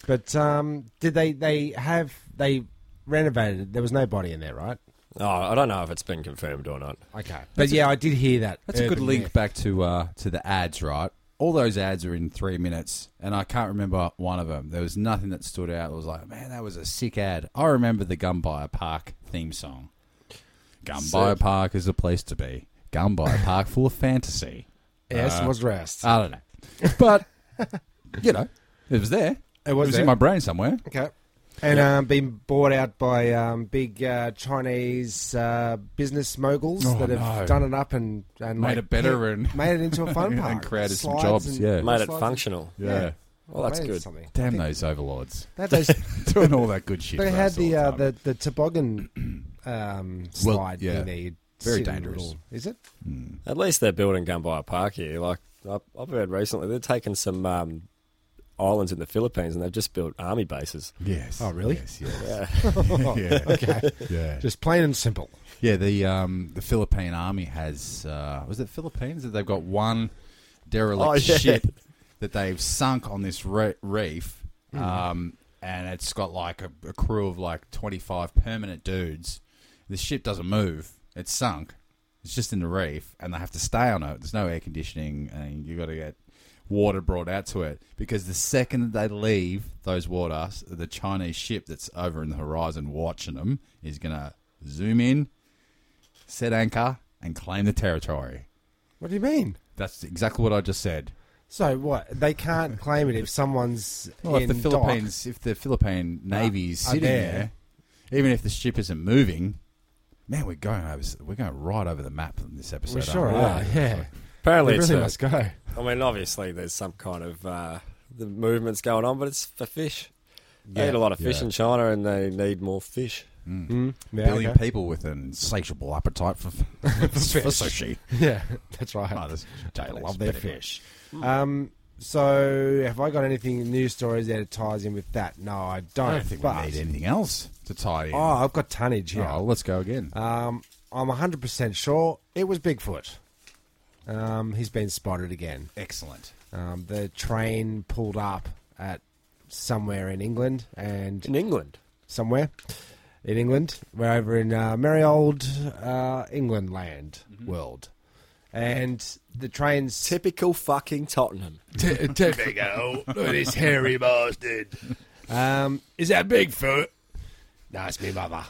S4: But um, did they? They have they renovated? it? There was no body in there, right?
S5: Oh, I don't know if it's been confirmed or not.
S4: Okay, but yeah, I did hear that.
S3: That's a good
S4: urban
S3: link
S4: myth.
S3: back to uh, to the ads, right? All those ads are in three minutes, and I can't remember one of them. There was nothing that stood out. It was like, man, that was a sick ad. I remember the Gunbuyer Park theme song. Gunbuyer Park is a place to be. Gunbuyer Park full of fantasy.
S4: Yes,
S3: Uh,
S4: was rest.
S3: I don't know, but you know, it was there.
S4: it
S3: It was in my brain somewhere.
S4: Okay. And um, been bought out by um, big uh, Chinese uh, business moguls
S3: Oh,
S4: that have
S3: no.
S4: done it up and, and
S3: Made
S4: like,
S3: it better
S4: hit-
S3: and-
S4: made it into a fun
S3: and
S4: park
S3: created some
S4: Slides
S3: jobs,
S4: and-
S3: yeah.
S5: Made it
S4: slides
S5: functional.
S4: and- Yeah.
S5: Well, that's
S4: Made it
S5: good.
S4: something. I
S3: Damn
S4: think
S3: those overlords
S4: They, had those-
S3: doing all that good shit.
S4: they
S3: for
S4: had
S3: us all
S4: the, uh,
S3: time.
S4: the the toboggan um,
S3: Well,
S4: slide
S3: yeah.
S4: thing there. You'd
S3: Very
S4: sit in a
S3: dangerous.
S4: little- is it?
S5: At least they're building Gumbaya Park here. Like I've I've heard recently, they're taking some um, islands in the Philippines and they've just built army bases.
S3: yes.
S4: Oh, really?
S3: Yes. Yes.
S4: Yeah. okay.
S3: Yeah.
S4: Just plain and simple.
S3: Yeah, the um, the Philippine army has uh, was it Philippines that they've got one derelict
S5: Oh, yeah. Hmm.
S3: ship that they've sunk on this re- reef, um, and it's got like a, a crew of like 25 permanent dudes. The ship doesn't move. It's sunk. It's just in the reef, and they have to stay on it. There's no air conditioning, and you got to get water brought out to it because the second they leave those waters, the Chinese ship that's over in the horizon watching them is gonna zoom in, set anchor, and claim the territory.
S4: What do you mean?
S3: That's exactly what I just said.
S4: So what? They can't claim it if someone's
S3: Well,
S4: in
S3: if the
S4: dock.
S3: Philippines, if the Philippine Navy is
S4: are
S3: sitting there,
S4: there.
S3: even if the ship isn't moving, man, we're going over. We're going right over the map in this episode.
S4: We
S3: aren't
S4: sure are. Yeah,
S5: Apparently,
S4: they
S5: it's
S4: really
S5: a-
S4: must go.
S5: I mean, obviously, there's some kind of uh, the movements going on, but it's for fish. They eat a lot of fish
S3: yeah.
S5: in China, and they need more fish.
S4: Mm, yeah,
S3: Billion
S4: okay.
S3: people with an insatiable appetite for, for, sushi.
S4: Yeah, that's right.
S3: Oh, this-
S4: I
S3: Taylor's
S4: love their
S3: better.
S4: fish. Um, so have I got anything news stories that ties in with that? No, I don't.
S3: I don't think
S4: but,
S3: we need anything else to tie in.
S4: Oh, I've got tonnage here.
S3: Oh, let's go again.
S4: Um, I'm 100% sure it was Bigfoot. Um, he's been spotted again.
S3: Excellent.
S4: Um, the train pulled up at somewhere in England and
S5: In England,
S4: somewhere in England. We're over in uh, merry old uh, England land
S3: Mm-hmm.
S4: world. And the train's
S5: typical fucking Tottenham.
S4: Oh, this hairy bastard. Um, is that Bigfoot? No, it's me, mother.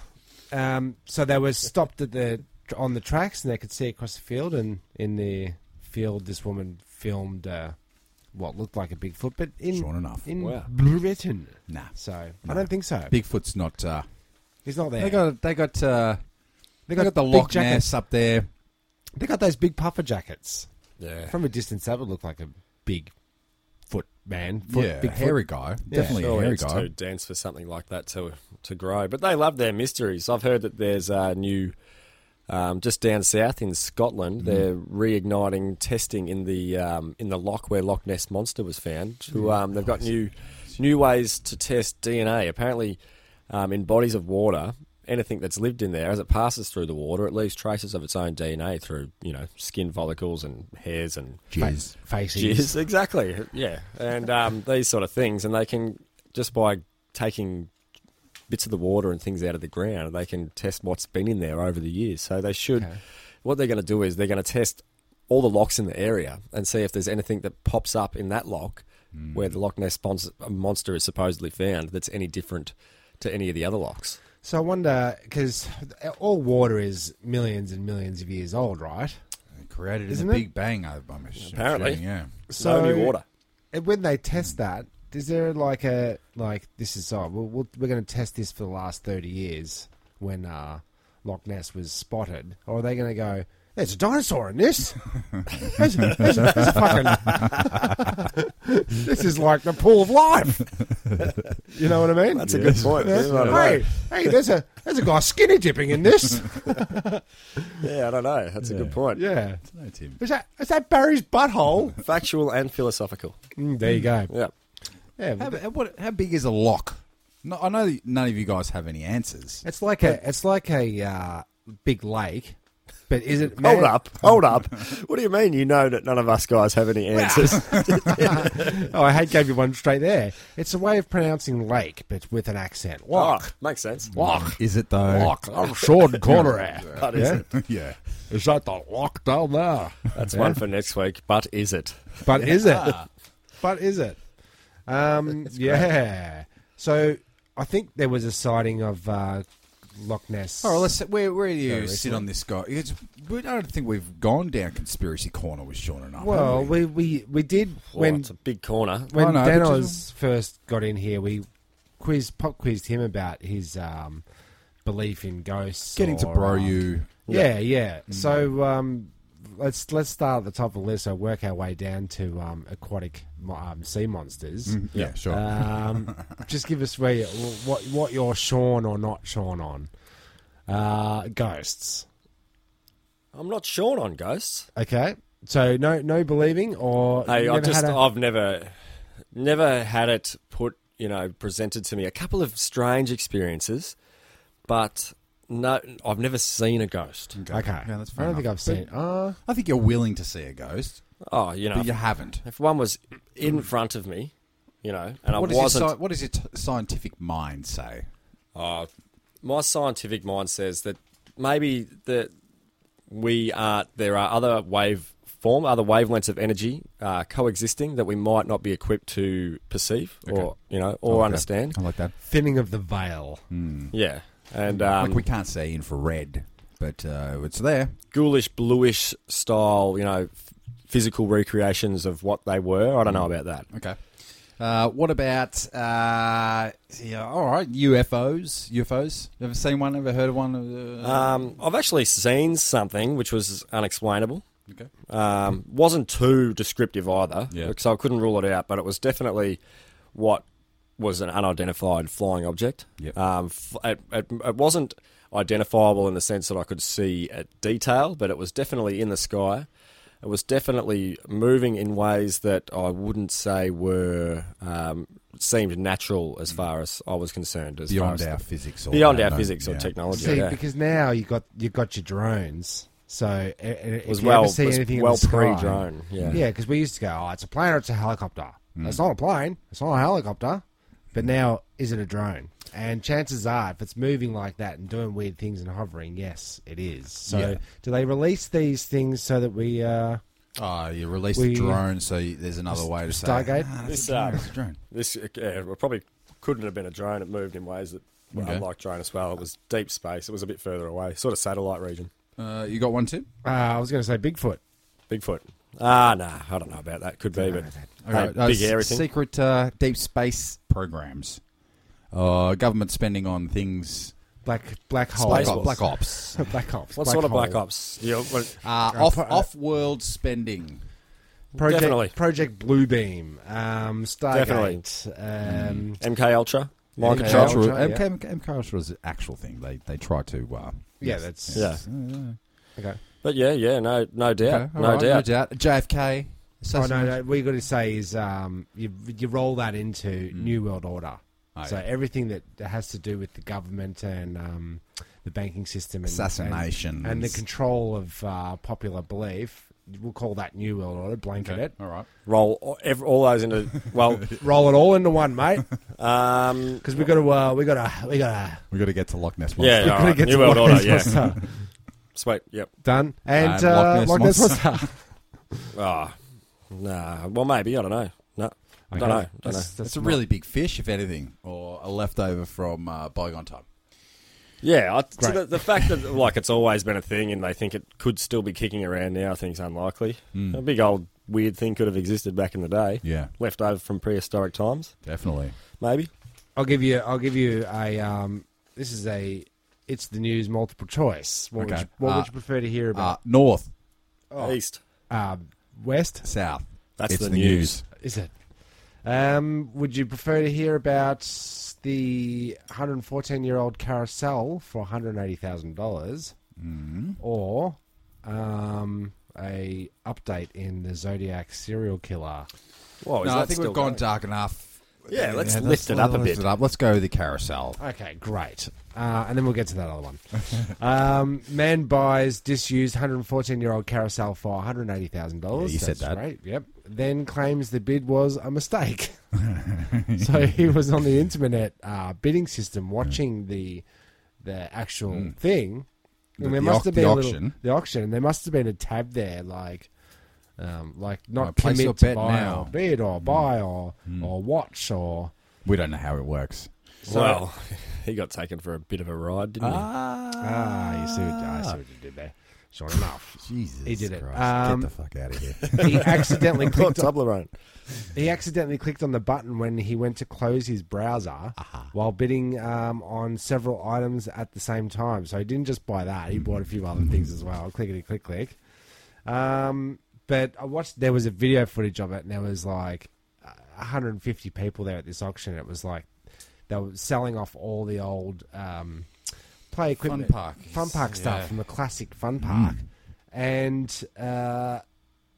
S4: Um, so they were stopped at the on the tracks, and they could see across the field. And in the field, this woman filmed uh, what looked like a Bigfoot, but in
S3: Sure enough.
S4: in
S5: Wow.
S4: Britain.
S3: Nah.
S4: So
S3: No.
S4: I don't think so.
S3: Bigfoot's not. Uh,
S4: He's not there.
S3: they got. They got. Uh, they got, the
S4: big
S3: Loch
S4: jackets.
S3: Ness up there.
S4: They got those big puffer jackets.
S5: Yeah,
S4: From a distance, that would look like a big foot man. Foot,
S3: yeah,
S4: big
S3: hairy guy.
S4: Yeah.
S3: Definitely a
S5: Surely
S3: hairy
S5: it's
S3: guy.
S5: too dense for something like that to to grow. But they love their mysteries. I've heard that there's a new. Um, just down south in Scotland, they're reigniting testing in the um, in the loch where Loch Ness monster was found. To, um, they've got new new ways to test DNA. Apparently, um, in bodies of water, anything that's lived in there, as it passes through the water, it leaves traces of its own DNA through you know skin follicles and hairs and
S3: Jeez.
S4: faces.
S5: Jizz, exactly. Yeah, and um, these sort of things, and they can just by taking bits of the water and things out of the ground, they can test what's been in there over the years. So they should.
S4: Okay.
S5: What they're going to do is they're going to test all the locks in the area and see if there's anything that pops up in that lock where
S4: Hmm.
S5: the Loch Ness spons- monster is supposedly found that's any different to any of the other locks.
S4: So I wonder because all water is millions and millions of years old, right?
S3: Created in
S4: Isn't
S3: the
S4: it?
S3: Big Bang, I- I'm assuming.
S5: Apparently.
S3: Yeah.
S5: So no new water.
S4: and eh, when they test that, is there like a like this is oh we'll, we'll, we're going to test this for the last thirty years when uh, Loch Ness was spotted, or are they going to go? There's a dinosaur in this. There's a, there's a- there's a fucking. this is like the pool of life. You know what I mean?
S5: That's a good point.
S4: Yeah.
S5: Yeah, I don't know.
S4: Hey, hey, there's a there's a guy skinny dipping in this.
S5: Yeah, I don't know. That's a good point.
S4: Yeah.
S3: No, Tim.
S4: Is that is that Barry's butthole?
S5: Factual and philosophical.
S4: Mm, there you go.
S5: Yeah.
S4: Yeah,
S3: How,
S4: but
S3: bi- what, how big is a lock? No, I know that none of you guys have any answers.
S4: it's like a it's like a uh, big lake, but is it?
S5: Hold up, hold up. What do you mean you know that none of us guys have any answers?
S4: Oh, I hate gave you one straight there. It's a way of pronouncing lake, but with an accent.
S5: Oh,
S4: Lock,
S5: makes sense.
S4: lock,
S3: Is it though?
S4: lock. I'm Sean Connery.
S5: But is it?
S3: yeah.
S4: Is that the lock down there?
S5: That's one for next week. But is it?
S4: But is it? But is it? Um, yeah. So I think there was a sighting of uh, Loch Ness.
S3: All right, let's. Where, where do you
S4: Sorry,
S3: sit
S4: Rachel.
S3: on this guy? It's, we, I don't think we've gone down conspiracy corner with Sean enough.
S4: Well, we we we did
S5: When
S4: when
S5: it's a big corner.
S4: when
S3: I know, but
S4: Danos
S3: just-
S4: first got in here, we quiz pop quizzed him about his um, belief in ghosts.
S3: getting to
S4: or,
S3: bro
S4: um,
S3: you. Mm.
S4: Yeah, yeah. So um, let's let's start at the top of the list. So work our way down to um, aquatic mo- um, sea monsters.
S3: Yeah, Uh, sure.
S4: Um, just give us where you, what what you're Sean or not Sean on. Uh, ghosts.
S5: I'm not short on ghosts.
S4: Okay. So no no believing or
S5: Hey,
S4: you
S5: I
S4: never
S5: just
S4: had a-
S5: I've never never had it put you know presented to me. A couple of strange experiences, but no, I've never seen a ghost.
S4: okay.
S3: Yeah, that's fair
S4: I don't
S3: enough.
S4: think I've seen. it. Uh,
S3: I think you're willing to see a ghost,
S5: Oh, you know,
S3: but you haven't.
S5: if one was in front of me, you know, and I
S3: What does, your,
S5: wasn't.
S3: sci- what does your t- scientific mind say?
S5: Uh, my scientific mind says that maybe that we are there are other wave form, other wavelengths of energy uh, coexisting that we might not be equipped to perceive or you know or
S3: Okay. Um,
S5: understand.
S3: I like that.
S4: Thinning of the veil.
S5: Yeah, and um,
S3: like we can't say infrared, but uh, it's there.
S5: ghoulish, bluish style, you know, f- physical recreations of what they were. I don't know
S3: Mm.
S5: about that.
S3: Okay. Uh, what about uh, yeah? All right, UFOs. UFOs. You ever seen one? Ever heard of one? Uh,
S5: Um, I've actually seen something which was unexplainable.
S3: okay.
S5: Um, wasn't too descriptive either,
S3: Yeah.
S5: so I couldn't rule it out. But it was definitely what was an unidentified flying object.
S3: Yep.
S5: Um, f- it, it, it wasn't identifiable in the sense that I could see at detail, but it was definitely in the sky. It was definitely moving in ways that I wouldn't say were um, seemed natural as far as I was concerned. As
S3: Mm. Beyond
S5: far
S3: our
S5: as
S3: physics. Or
S5: beyond our
S3: unknown,
S5: physics or
S3: yeah.
S5: technology.
S4: See,
S5: yeah.
S4: because now you got you got your drones, so i- i- if
S5: It was
S4: you
S5: well,
S4: ever see
S5: it was
S4: anything
S5: well
S4: in the sky,
S5: pre-drone. Yeah. Hmm.
S4: Yeah, because we used to go, oh, it's a plane or it's a helicopter. It's not a plane. It's not a helicopter. But now, is it a drone? And chances are, if it's moving like that and doing weird things and hovering, yes, it is. So,
S3: Yeah.
S4: do they release these things so that we? Uh,
S3: Oh, you release
S4: We-
S3: the drone, so you, there's another way to say
S4: Stargate?
S3: Ah, that's
S5: This,
S3: a drone,
S5: uh,
S3: that's a drone.
S5: This uh, yeah, well, probably couldn't have been a drone. It moved in ways that were
S3: Okay.
S5: unlike drone as well. It was deep space. It was a bit further away, sort of satellite region.
S3: Uh, you got one too?
S4: uh, I was going to say Bigfoot.
S5: Bigfoot. Ah, nah, I don't know about that. Could be, but
S3: All right,
S5: Hey, big
S3: s-
S5: hairy thing.
S3: Secret uh, deep space programs. Uh, government spending on things.
S4: Black black hole.
S3: Black,
S5: Space
S3: op-
S5: Wars.
S3: black ops.
S4: black, ops.
S5: what
S4: black
S5: sort of
S4: hole.
S5: black ops? Yeah, well,
S3: Uh, off off world spending.
S4: Project,
S5: Definitely.
S4: Project Bluebeam. Um,
S5: Definitely.
S4: Stargate. Um,
S5: MK Ultra, mind
S4: MK
S5: control.
S4: Ultra, yeah.
S3: MK, MK, Ultra is an actual thing. They they try to. Uh,
S4: Yeah,
S3: yes,
S4: that's-
S3: yes. Uh,
S4: Okay.
S5: But yeah, yeah, no, no doubt,
S3: okay, all
S5: no
S3: right,
S5: doubt.
S3: no doubt. JFK.
S4: Oh,
S3: assassination.
S4: no, no, what you got to say is um, you, you roll that into New World Order.
S3: Oh,
S4: so
S3: yeah.
S4: everything that has to do with the government and um, the banking system and,
S3: Assassinations.
S4: and, and the control of uh, popular belief, we'll call that New World Order, blanket
S3: Okay,
S4: it.
S3: All right.
S5: Roll all, ev all those into well.
S4: Roll it all into one, mate,
S5: Um,
S4: because we got to uh, we got to we got to
S3: We got to get to Loch Ness
S5: yeah,
S3: monster.
S5: all right.
S4: get
S5: New
S4: to
S5: World
S4: Loch
S5: Order.
S4: Ness
S5: Yeah,
S4: Monster.
S5: sweet. Yep.
S4: done and,
S3: And Loch
S4: uh,
S3: Ness
S4: Loch Ness
S3: Monster.
S4: Monster.
S5: Ah, nah. Well, maybe I don't know. No,
S4: Okay.
S5: don't know. Don't know.
S4: That's-
S3: That's
S4: that's
S3: a
S4: not-
S3: really big fish, if anything, or a leftover from uh, bygone time.
S5: Yeah, I, so
S4: Great.
S5: the, the fact that like it's always been a thing, and they think it could still be kicking around now, I think is unlikely. A big old weird thing could have existed back in the day,
S3: Hmm. Yeah,
S5: left over from prehistoric times,
S3: definitely.
S5: maybe.
S4: I'll give you. I'll give you a. Um, this is a. It's the news multiple choice. What, would,
S3: Okay.
S4: you, what
S3: Uh,
S4: would you prefer to hear
S3: Uh,
S4: about?
S3: north,
S5: East.
S4: Um, West
S3: south.
S5: That's
S3: it's
S5: the news.
S4: is it? Um, would you prefer to hear about the 114-year-old carousel for 180,000 dollars,
S3: Mm-hmm.
S4: or um, a update in the Zodiac serial killer?
S5: Whoa, is
S3: No,
S5: that
S3: I think
S5: still
S3: we've gone
S5: going?
S3: dark enough.
S5: Yeah, let's lift it up a
S3: lift
S5: bit.
S3: it up. Let's go with the carousel.
S4: Okay, great. Uh, and then we'll get to that other one. um, man buys disused 114 year old carousel for $180,000.
S3: Yeah, you said
S4: That's
S3: that.
S4: Right, yep. Then claims the bid was a mistake. so he was on the internet uh, bidding system watching the the actual thing. And
S3: Hmm. The-
S4: there
S3: the
S4: must
S3: auc-
S4: have been
S3: the
S4: a little-
S3: auction.
S4: the auction. And there must have been a tab there like. Um, like not
S3: Right, place
S4: commit
S3: your
S4: to
S3: bet
S4: buy
S3: now. Hmm.
S4: or bid or buy or or watch or
S3: We don't know how it works.
S5: Well, he got taken for a bit of a ride, didn't Uh,
S4: Ah, you see what, I see what you did there. Sure enough,
S3: Jesus,
S4: He did it.
S3: Christ.
S4: Um,
S3: Get the fuck out of here.
S4: he accidentally
S5: he? Got
S4: clicked. On,
S5: Toblerone.
S4: he accidentally clicked on the button when he went to close his browser while bidding um, on several items at the same time. So he didn't just buy that; he bought a few other things as well. Clickety click click. Um, but I watched. There was a video footage of it, and there was like uh, 150 people there at this auction. It was like they were selling off all the old um, play equipment,
S3: park.
S4: fun park stuff
S3: Yeah.
S4: from the classic fun park, and uh,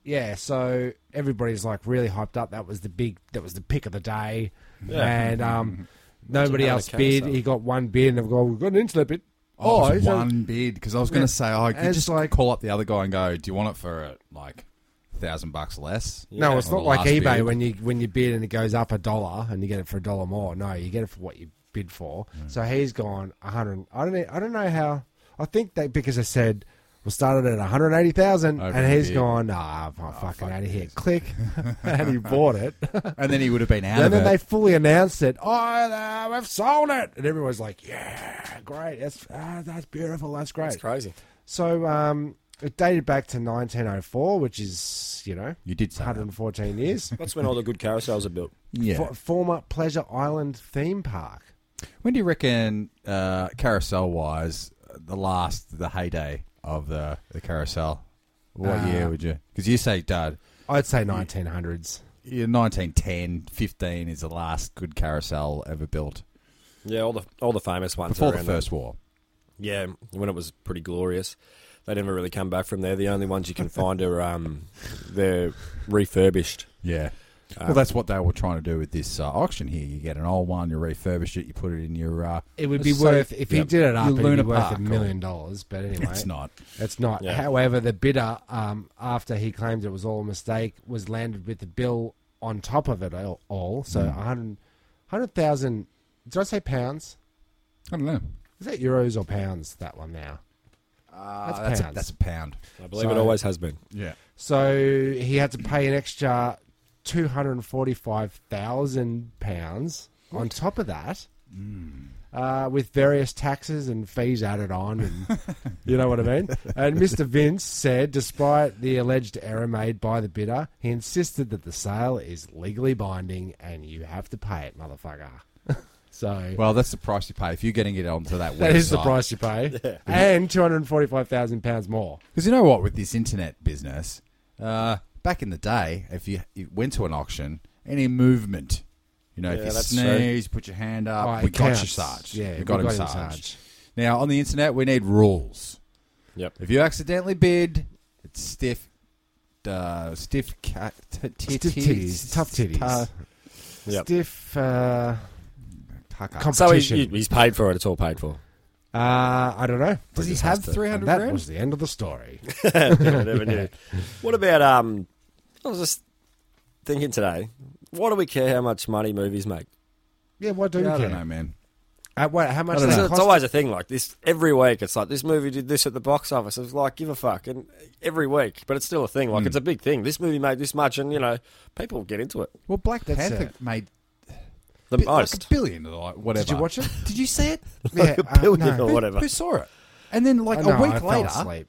S4: yeah, so everybody's like really hyped up. That was the big, that was the pick of the day, and um, nobody
S5: Imagine
S4: else
S5: having a
S4: bid.
S5: carousel.
S4: He got one bid, and I've got we've got an internet bid.
S3: Oh, it
S4: he's
S3: was
S4: a-
S3: one bid because I was going
S4: Yeah.
S3: to say, oh,
S4: And
S3: you
S4: it's
S3: just
S4: like-
S3: call up the other guy and go, "Do you want it for like thousand bucks less.
S4: No, it's
S3: Or
S4: not
S3: the
S4: like
S3: last
S4: eBay
S3: bid.
S4: when you when you bid and it goes up a dollar and you get it for a dollar more. No, you get it for what you bid for.
S3: Mm.
S4: So he's gone a hundred. I don't. e- I don't know how. I think they because I said we started at one hundred eighty thousand,
S3: Over
S4: and
S3: the
S4: he's
S3: bid. Ah,
S4: gone. Nah, I'm fucking out of here. Click, and he bought it.
S3: and then he would have been out
S4: and
S3: of
S4: then
S3: it.
S4: they fully announced it. Oh, uh, we've sold it, and everyone's like, "Yeah, great. That's ah, that's beautiful. That's great."
S5: It's crazy.
S4: So um, it dated back to 1904, which is you know
S3: you did say that.
S4: 114 years.
S5: That's when all the good carousels are built.
S3: Yeah.
S4: F- former Pleasure Island theme park.
S3: when do you reckon, uh, carousel wise, the last the heyday of the the carousel? What
S4: Uh,
S3: year would you? Because you say, Dad,
S4: I'd say 1900s.
S3: yeah, 1910, 15 is the last good carousel ever built
S5: Yeah, all the all the famous ones.
S3: before
S5: are
S3: the
S5: around
S3: First War.
S5: That. Yeah, when it was pretty glorious. They never really come back from there. The only ones you can find are um, they're refurbished.
S3: Yeah. well,
S5: Um,
S3: that's what they were trying to do with this uh, auction here. You get an old one, you refurbish it, you put it in your. Uh,
S4: It would be
S3: So-
S4: worth if he
S3: Yep.
S4: did it up.
S3: Your
S4: It'd be
S3: Luna
S4: worth
S3: Park
S4: a million dollars. But anyway,
S3: It's not.
S4: It's not.
S5: Yeah.
S4: However, the bidder, um, after he claimed it was all a mistake, was landed with the bill on top of it all. all. So a hundred hundred thousand. Did I say pounds?
S3: I don't know.
S4: Is that euros or pounds? That one now.
S3: Uh,
S4: That's
S3: that's, a,
S4: pounds.
S3: that's a pound.
S5: I believe it
S4: So-
S5: always has been.
S3: Yeah.
S4: So he had to pay an extra two hundred forty-five thousand pounds on top of that,
S3: Mm.
S4: uh, with various taxes and fees added on, and you know what I mean. And Mr. Vince said, despite the alleged error made by the bidder, he insisted that the sale is legally binding and you have to pay it, motherfucker. so.
S3: Well, that's the price you pay if you're getting it onto that website.
S4: that is the price you pay, and two hundred forty-five thousand pounds more.
S3: Because you know what, with this internet business, uh, back in the day, if you, you went to an auction, any movement, you know,
S5: Yeah,
S3: if you
S5: that's
S3: sneeze, put your hand up,
S4: Oh, it
S3: Uh, we got you,
S4: counts.
S3: Sarge.
S4: Yeah,
S3: we got, him, Sarge.
S4: Sarge.
S3: Now on the internet, we need rules.
S5: Yep.
S3: If you accidentally bid, it's stiff, uh, stiff, ca- t-
S4: Stiff titties, tough titties.
S3: uh,
S5: Yep.
S4: Stiff uh,
S3: Tucker.
S5: So he's,
S4: competition.
S5: he- he's paid for it. It's all paid for.
S4: uh, I don't know.
S3: Does he
S5: Just
S3: have
S5: has to-
S3: three
S4: And
S3: hundred
S4: that
S3: grand?
S4: was the end of the story.
S5: Yeah, never knew. What about um? I was just thinking today. Why do we care how much money movies make?
S4: yeah, why do
S3: I
S4: you
S3: don't
S4: care?
S3: know, man.
S4: Uh, what, how much
S3: I don't
S4: does
S3: know.
S4: it
S5: It's
S4: cost?
S5: always a thing like this. Every week, it's like this movie did this at the box office. It's like give a fuck, and every week, but it's still a thing. Like it's a big thing. This movie made this much, and you know, people get into it.
S3: Well, Black
S4: That's
S3: Panther
S4: it.
S3: made
S5: The
S3: bi- like a
S5: most,
S3: billion, or like whatever.
S4: Did you watch it?
S3: Did you see it?
S4: yeah, uh,
S5: a billion
S4: no.
S5: or whatever.
S3: Who saw it? And then, like
S4: Oh, no,
S3: a week
S4: I fell
S3: later,
S4: asleep.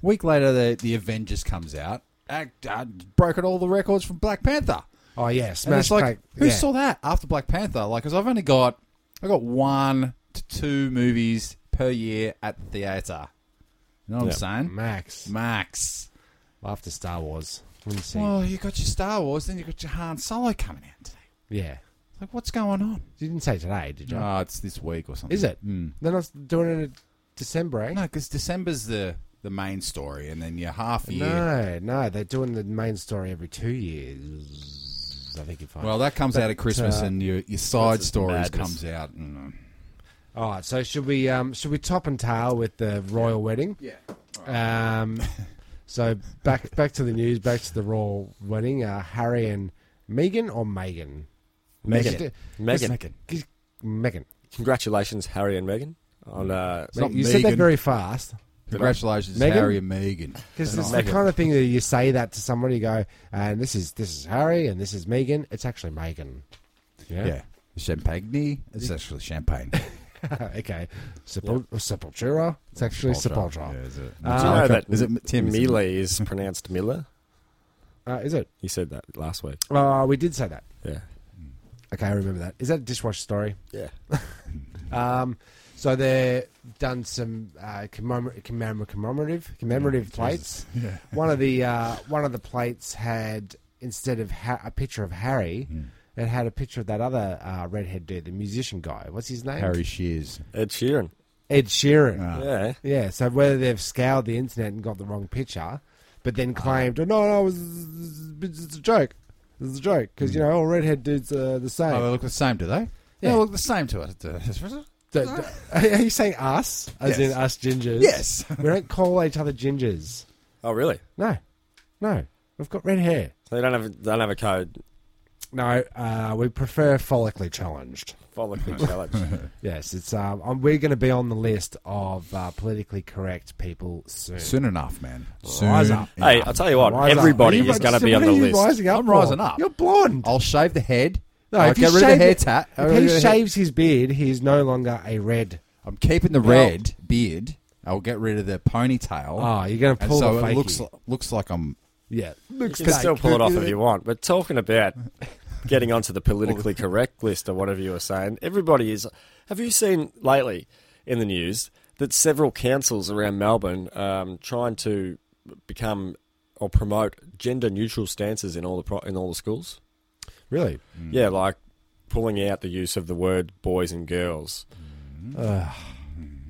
S3: week later, the the Avengers comes out, act, uh, broken all the records from Black Panther.
S4: Oh yeah,
S3: And
S4: smash
S3: it's like,
S4: Pack-
S3: who
S4: yeah.
S3: saw that after Black Panther? Like, because I've only got, I got one to two movies per year at the theater. You know what
S5: Yeah.
S3: I'm saying?
S4: Max
S3: Max.
S4: after Star Wars. Let me see.
S3: Well, you got your Star Wars, then you got your Han Solo coming out today.
S4: yeah,
S3: Like, what's going on?
S4: you didn't say today, did you?
S3: Oh, it's this week or something.
S4: Is it?
S3: Mm.
S4: They're not doing it in December. Eh?
S3: No, because December's the the main story, and then your half year.
S4: no, no, they're doing the main story every two years. I think if I
S3: Well, that comes out at Christmas,
S4: uh,
S3: and your your side
S5: just
S3: stories
S5: madness.
S3: comes out. And, uh,
S4: All right, so should we um, should we top and tail with the royal wedding? Yeah. Um, so back back to the news, back to the royal wedding. Uh, Harry and Megan or uh, Megan?
S5: Meghan. Megan.
S4: Megan.
S5: Congratulations, Harry and Megan,
S3: Mm.
S5: on uh,
S3: not
S4: You said that
S3: Megan.
S4: very fast
S3: Congratulations,
S4: Meghan?
S3: Harry and Megan.
S4: because it's the
S5: Meghan.
S4: kind of thing that you say that to somebody. You go, and this is this is Harry, and this is Megan. It's actually Megan.
S3: Yeah. Champagne. It's actually champagne.
S4: okay. Sepul- Sepultura. It's actually Sepultura.
S3: Yeah, is it?
S5: Do you know
S3: Okay.
S5: that
S3: Is it Tim? is it-
S5: Mila is pronounced Miller?
S4: Uh, is it?
S5: He said that last week.
S4: Oh, we did say that.
S5: Yeah,
S4: Okay, I remember that. Is that a dishwasher story?
S5: yeah.
S4: Um, so they've done some uh, commemor- commemor- commemorative commemorative plates. one of the uh, one of the plates had instead of ha- a picture of Harry,
S3: Hmm.
S4: it had a picture of that other uh, redhead dude, the musician guy. What's his name?
S3: Harry Shears.
S5: Ed Sheeran.
S4: Ed Sheeran.
S3: Ah.
S5: Yeah,
S4: Yeah. So whether they've scoured the internet and got the wrong picture, but then
S3: Ah.
S4: claimed, oh, "No, no, it was, it's a joke. It's a joke because you know all redhead dudes are the same."
S3: Hmm. Oh, they look the same, do they?
S4: Yeah.
S3: They look the same to us.
S4: D- d- are you saying us,
S3: Yes.
S4: as in us gingers?
S3: yes.
S4: We don't call each other gingers.
S5: Oh, really?
S4: No, no. We've got red hair.
S5: So they don't have they don't have a code.
S4: No, uh, we prefer follically challenged.
S5: Follically challenged.
S4: Yes, it's um, um, we're going to be on the list of uh, politically correct people soon.
S3: Soon enough, man. Soon
S4: Rise up.
S5: hey, I'll tell you what.
S4: Rise up.
S5: everybody
S4: Are you
S5: is
S4: about
S5: going to be
S4: what
S5: on
S4: are
S5: the
S4: you
S5: list.
S4: Rising up
S3: I'm
S4: for?
S3: rising up.
S4: You're blonde.
S3: I'll shave the head.
S4: No,
S3: I'll
S4: if
S3: get
S4: you
S3: rid of the
S4: shave
S3: hair
S4: it-
S3: tat. I'll
S4: If
S3: get rid
S4: he
S3: of the hair-
S4: shaves his beard, he is no longer a red.
S3: I'm keeping the
S4: Well-
S3: red beard. I'll get rid of the ponytail.
S4: Oh, you're going to
S3: and
S4: pull
S3: so
S4: the
S3: it
S4: fakie.
S3: looks looks like I'm
S4: yeah,
S5: You can still pull it off if you want. But talking about getting onto the politically correct list or whatever you were saying, everybody is. Have you seen lately in the news that several councils around Melbourne um, trying to become or promote gender neutral stances in all the pro- in all the schools?
S4: really.
S5: Yeah, like pulling out the use of the word boys and girls.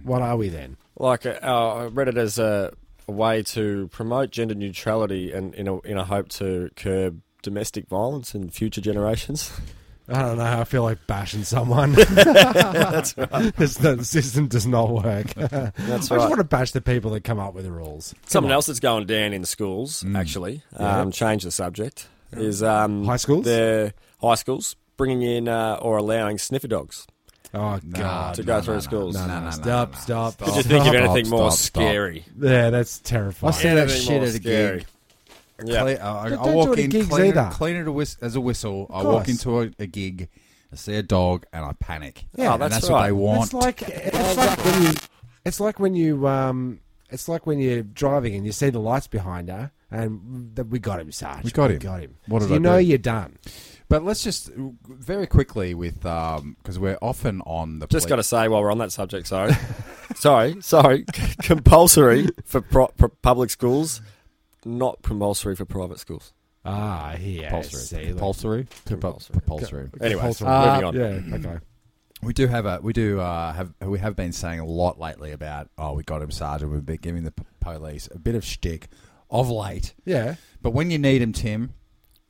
S4: What are we then?
S5: like uh, I read it as a, a way to promote gender neutrality and in a in a hope to curb domestic violence in future generations.
S4: I don't know. I feel like bashing someone.
S5: That's right.
S4: It's- the system does not work. I
S5: That's
S4: just
S5: right.
S4: want to bash the people that come up with the rules.
S5: Something else that's going down in schools
S3: Mm.
S5: actually. Um, change the subject is um,
S4: High schools?
S5: The high schools bringing in uh, or allowing sniffer dogs.
S4: Oh God!
S5: To go through schools.
S3: No, no, no,
S4: stop!
S3: no, no.
S4: stop!
S5: Could
S4: Stop!
S5: you think of
S3: Stop,
S5: anything more
S3: stop, stop.
S5: scary?
S4: Yeah, that's terrifying.
S1: I see that
S5: Anything
S1: shit
S5: more
S1: at a
S5: scary.
S1: gig.
S5: Yeah.
S3: Cle- uh, I, I
S4: Don't- don't do
S3: walk
S4: it at
S3: in,
S4: gigs
S3: clean,
S4: either.
S3: it, clean it a whis- as a whistle. I walk
S4: course.
S3: into a, a gig, I see a dog, and I panic.
S5: Yeah.
S3: and
S5: that's
S3: that's what
S5: right.
S3: they want.
S4: It's like it's like when you it's like when you um it's like when you're driving and you see the lights behind her and that we got him, Sarge.
S3: We got him.
S4: got him.
S3: What
S4: So
S3: did I
S4: you know
S3: do?
S4: you're done.
S3: But let's just very quickly with because we're often on the
S5: Just
S3: poli-
S5: got to say while we're on that subject, sorry, sorry, sorry. compulsory for pro- pro- public schools, not compulsory for private schools.
S4: Ah, here.
S3: compulsory,
S4: See, look.
S3: compulsory, compulsory, compulsory.
S5: Anyway,
S4: Compulsory.
S5: moving on.
S4: Uh, Yeah, okay.
S3: We do have a we do uh, have we have been saying a lot lately about oh we got him sergeant we've been giving the p- police a bit of shtick of late
S4: Yeah.
S3: but when you need him Tim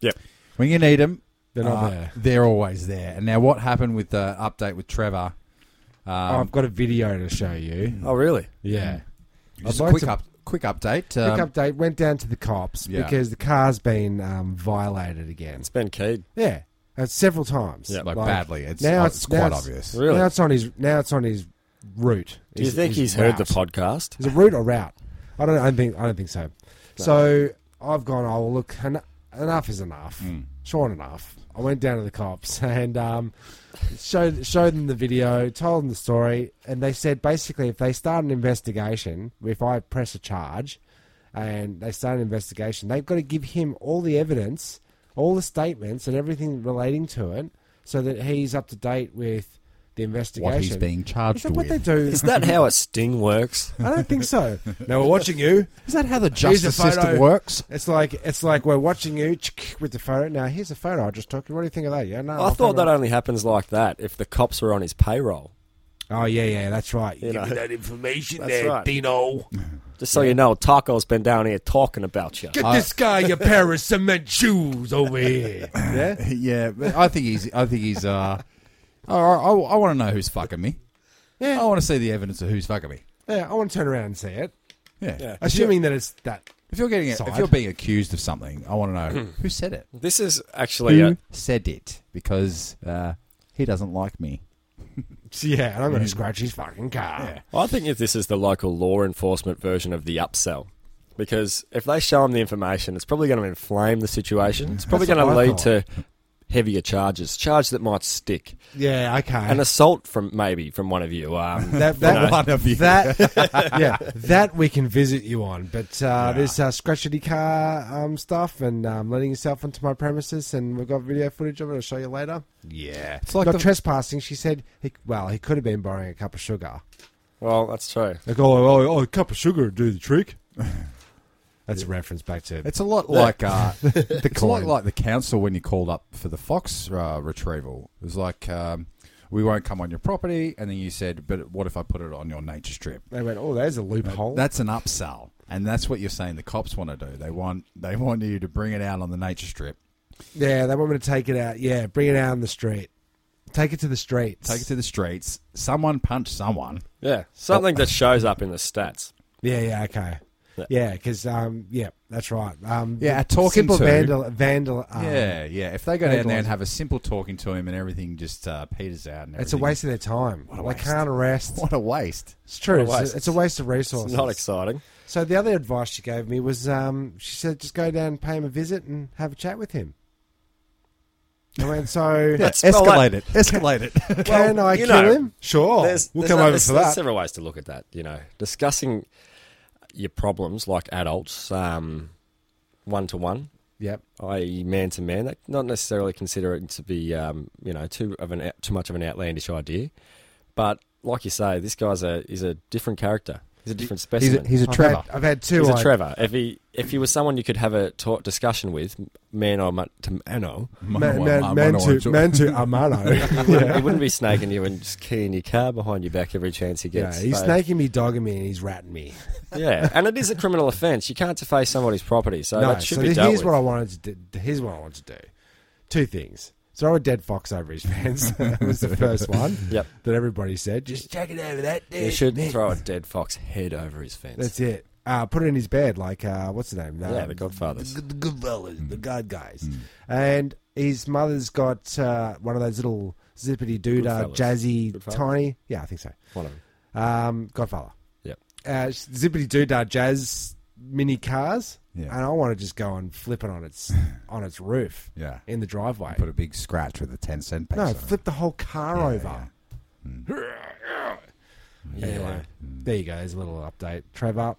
S5: Yep.
S3: when you need him uh,
S4: They're not there.
S3: they're always there and now what happened with the update with Trevor
S4: Oh,
S3: um,
S4: I've got a video to show you.
S5: Oh, really?
S4: Yeah.
S3: just
S4: I'd
S3: a
S4: like
S3: quick
S4: to-
S3: up quick update
S4: Quick
S3: um,
S4: update. Went down to the cops
S3: Yeah.
S4: because the car's been um, violated again.
S5: It's Ben Keed.
S4: Yeah, uh, several times.
S5: Yeah,
S3: like,
S4: Like,
S3: badly it's
S4: now
S3: uh,
S4: it's-
S3: it's, quite
S4: now it's-
S3: obvious
S5: Really?
S4: Now it's on his. Now it's on his route.
S5: Do you think he's heard the
S4: route.
S5: podcast?
S4: Is it route or route? I don't. I don't think. I don't think so. So I've gone. Oh well, look. En- enough is enough.
S3: Mm.
S4: Sure enough. I went down to the cops and um, showed showed them the video, told them the story, and they said basically if they start an investigation, if I press a charge, and they start an investigation, they've got to give him all the evidence, all the statements, and everything relating to it, so that he's up to date with the investigation.
S3: what he's being
S4: Is
S3: charged
S4: that what
S3: with
S4: they do?
S5: Is that how a sting works?
S4: I don't think so. now we're watching you.
S3: is that how the
S4: Here's a
S3: justice system
S4: photo.
S3: works
S4: It's like it's like we're watching you with the photo. Now here's a photo I just took. What do you think of that? Yeah, no.
S5: I thought
S4: think
S5: that only happens like that if the cops were on his payroll.
S4: I- Oh yeah, yeah, that's right.
S5: You know,
S1: That information
S5: That's
S1: there,
S5: right.
S1: Dino.
S5: just so you know, Taco's been down here talking about you.
S1: Get this guy your pair of cement shoes over here.
S4: Yeah,
S3: yeah, but I think he's. I think he's. Uh, I, I, want to know who's fucking me.
S4: Yeah.
S3: I want to see the evidence of who's fucking me.
S4: yeah. I want to turn around and see it,
S3: Yeah.
S5: Yeah.
S4: assuming that it's that.
S3: If you're getting, if
S4: Side. Hmm.
S3: you're being accused of something, I want to know who said it.
S5: This is actually a,
S3: Said it because uh, he doesn't like me.
S4: Yeah, and I'm
S3: Mm.
S4: going to scratch his fucking car.
S5: I think if this is the local law enforcement version of the upsell, because if they show them the information, it's probably going to inflame the situation. It's probably
S4: That's
S5: going to
S4: what I
S5: lead to heavier charges, charge that might stick,
S4: Yeah, okay.
S5: an assault from maybe from one of you. Um,
S4: that
S5: you
S4: that
S5: know.
S3: One of you.
S4: that yeah that we can visit you on. But uh, this uh, scratchity car um, stuff and um, letting yourself onto my premises, and we've got video footage of it. I'll show you later.
S3: yeah, it's like
S4: Not
S3: the,
S4: trespassing. She said, he, well, he could have been borrowing a cup of sugar.
S5: well, that's true.
S4: Like, oh, oh, oh, a cup of sugar would do the trick. That's a reference back to
S3: it's a lot like uh,
S4: the
S3: it's a lot
S4: coin.
S3: like the council when you called up for the fox uh, retrieval. It was like. Um, we won't come on your property, and then you said, "But what if I put it on your nature strip?"
S4: They went, oh, there's a loophole.
S3: That's an upsell, and that's what you're saying the cops want to do. They want they want you to bring it out on the nature strip,
S4: yeah, they want me to take it out. Yeah, bring it out on the street. Take it to the streets.
S3: take it to the streets. Someone punch someone.
S5: Yeah, something that shows up in the stats.
S4: yeah, yeah, okay.
S5: Yeah.
S4: Yeah, because, um, yeah, That's right. Um,
S6: Yeah,
S4: the
S6: a talking
S4: simple
S6: to.
S4: vandal, vandal. Um,
S3: yeah, yeah. If Uh-huh. they go down there
S4: vandalism.
S3: and have a simple talking to him and everything just uh, peters out and everything.
S4: um, it's a waste of their time.
S3: What a
S4: they
S3: waste.
S4: can't arrest.
S3: What a waste.
S4: It's true.
S5: What a
S4: It's,
S5: waste.
S4: a, it's a waste of resources.
S5: It's not exciting.
S4: So the other advice she gave me was, um, she said, just go down, and pay him a visit, and have a chat with him. I went, so
S5: Let's spell
S3: escalate
S5: that-
S3: it. Escalate it.
S4: can I
S5: you
S4: kill
S5: know,
S4: him? Sure,
S5: There's-
S4: Oh, we'll
S5: there's
S4: come
S5: no-
S4: over
S5: there's-
S4: for
S5: there's
S4: that.
S5: several ways to look at that. You know, discussing your problems like adults, um, one to one,
S4: Yep.
S5: i.e., man to man. That not necessarily consider it to be, um, you know, too of an too much of an outlandish idea. But like you say, this guy's a he's a different character. He's a different
S3: He's
S5: specimen.
S3: a, he's a
S4: I've
S3: Trevor.
S4: had- I've had two.
S5: He's a
S4: I-
S5: Trevor. If he if he was someone you could have a talk discussion with, man or mu- to mano,
S4: Man, man, man to man to Amano.
S5: he wouldn't be snaking you and just keying your car behind your back every chance he
S4: yeah,
S5: gets.
S4: he's
S5: So-
S4: snaking me, dogging me, and he's ratting me.
S5: Yeah, and it is a criminal offence. You can't deface somebody's property, so
S4: no,
S5: Uh, that should
S4: so
S5: be
S4: this,
S5: dealt
S4: here's
S5: with.
S4: what I wanted to do. Here's what I wanted to do. Two things. Throw a dead fox over his pants was the first one.
S5: Yep.
S4: That everybody said. Just check it over that
S5: you
S4: dude.
S5: should
S4: Man.
S5: throw a dead fox head over his fence.
S4: That's it. Uh, put it in his bed, like uh, what's the name?
S5: yeah,
S4: Um,
S5: the Godfathers.
S4: the, the good fellas, the good guys. And his mother's got uh, one of those little zippity doodah,
S5: Goodfellas.
S4: jazzy,
S5: Goodfellas?
S4: tiny. Yeah, I think so.
S5: One of them.
S4: Um, Godfather.
S5: Yep.
S4: Uh, zippity doodah jazz mini cars,
S3: Yeah.
S4: and I want to just go and flip it on its on its roof
S3: Yeah.
S4: in the driveway.
S3: Put a big scratch with a 10 cent piece.
S4: No,
S3: on it.
S4: flip the whole car
S3: Yeah,
S4: over. Anyway,
S3: Mm.
S4: there you go. There's a little update, Trevor.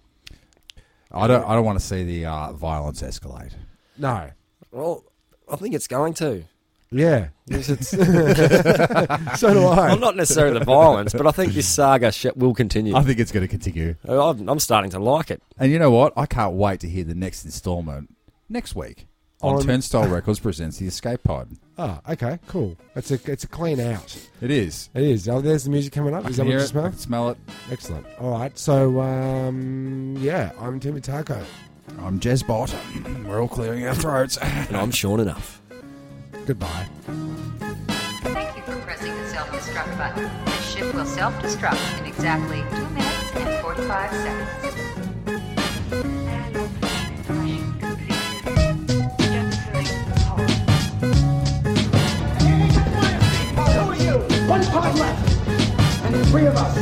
S3: I don't. I don't want to see the uh, violence escalate.
S4: No,
S5: Well, I think it's going to.
S4: yeah,
S5: It's-
S4: so do I.
S5: well, not necessarily the violence, but I think this saga sh- will continue.
S3: I think it's going to continue.
S5: I'm, I'm starting to like it.
S3: And you know what? I can't wait to hear the next installment next week on,
S4: On-
S3: Turnstile Records presents the Escape Pod.
S4: Oh, okay, cool. It's a it's a clean out.
S3: It is.
S4: It is. Oh, there's the music coming up.
S3: I
S4: Is
S3: can
S4: that
S3: hear
S4: what you
S3: it. I
S4: smell?
S3: can smell it.
S4: Excellent. All right. So, um, yeah, I'm Timmy Taco.
S3: I'm Jezbot. We're all clearing our throats.
S5: And I'm Sean enough.
S4: Goodbye.
S7: Thank you for pressing the self-destruct button. The ship will self-destruct in exactly 2 minutes and 45 seconds.
S8: Who are you? One pod left, and there's three of us.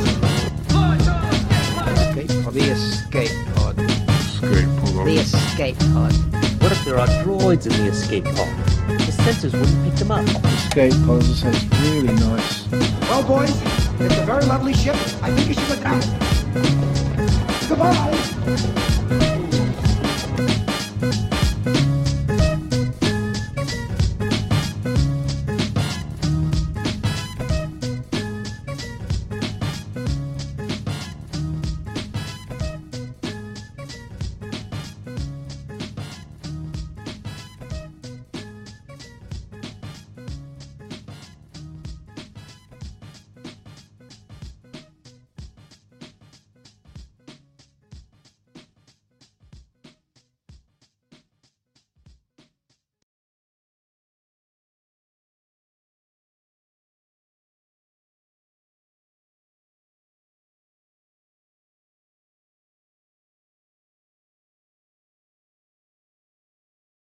S2: The escape pod. The escape pod. What if there are droids in the escape pod? The sensors wouldn't pick them up.
S9: Escape pod sounds really nice.
S8: Well, boys, it's a very lovely ship. I think you should look out. Goodbye.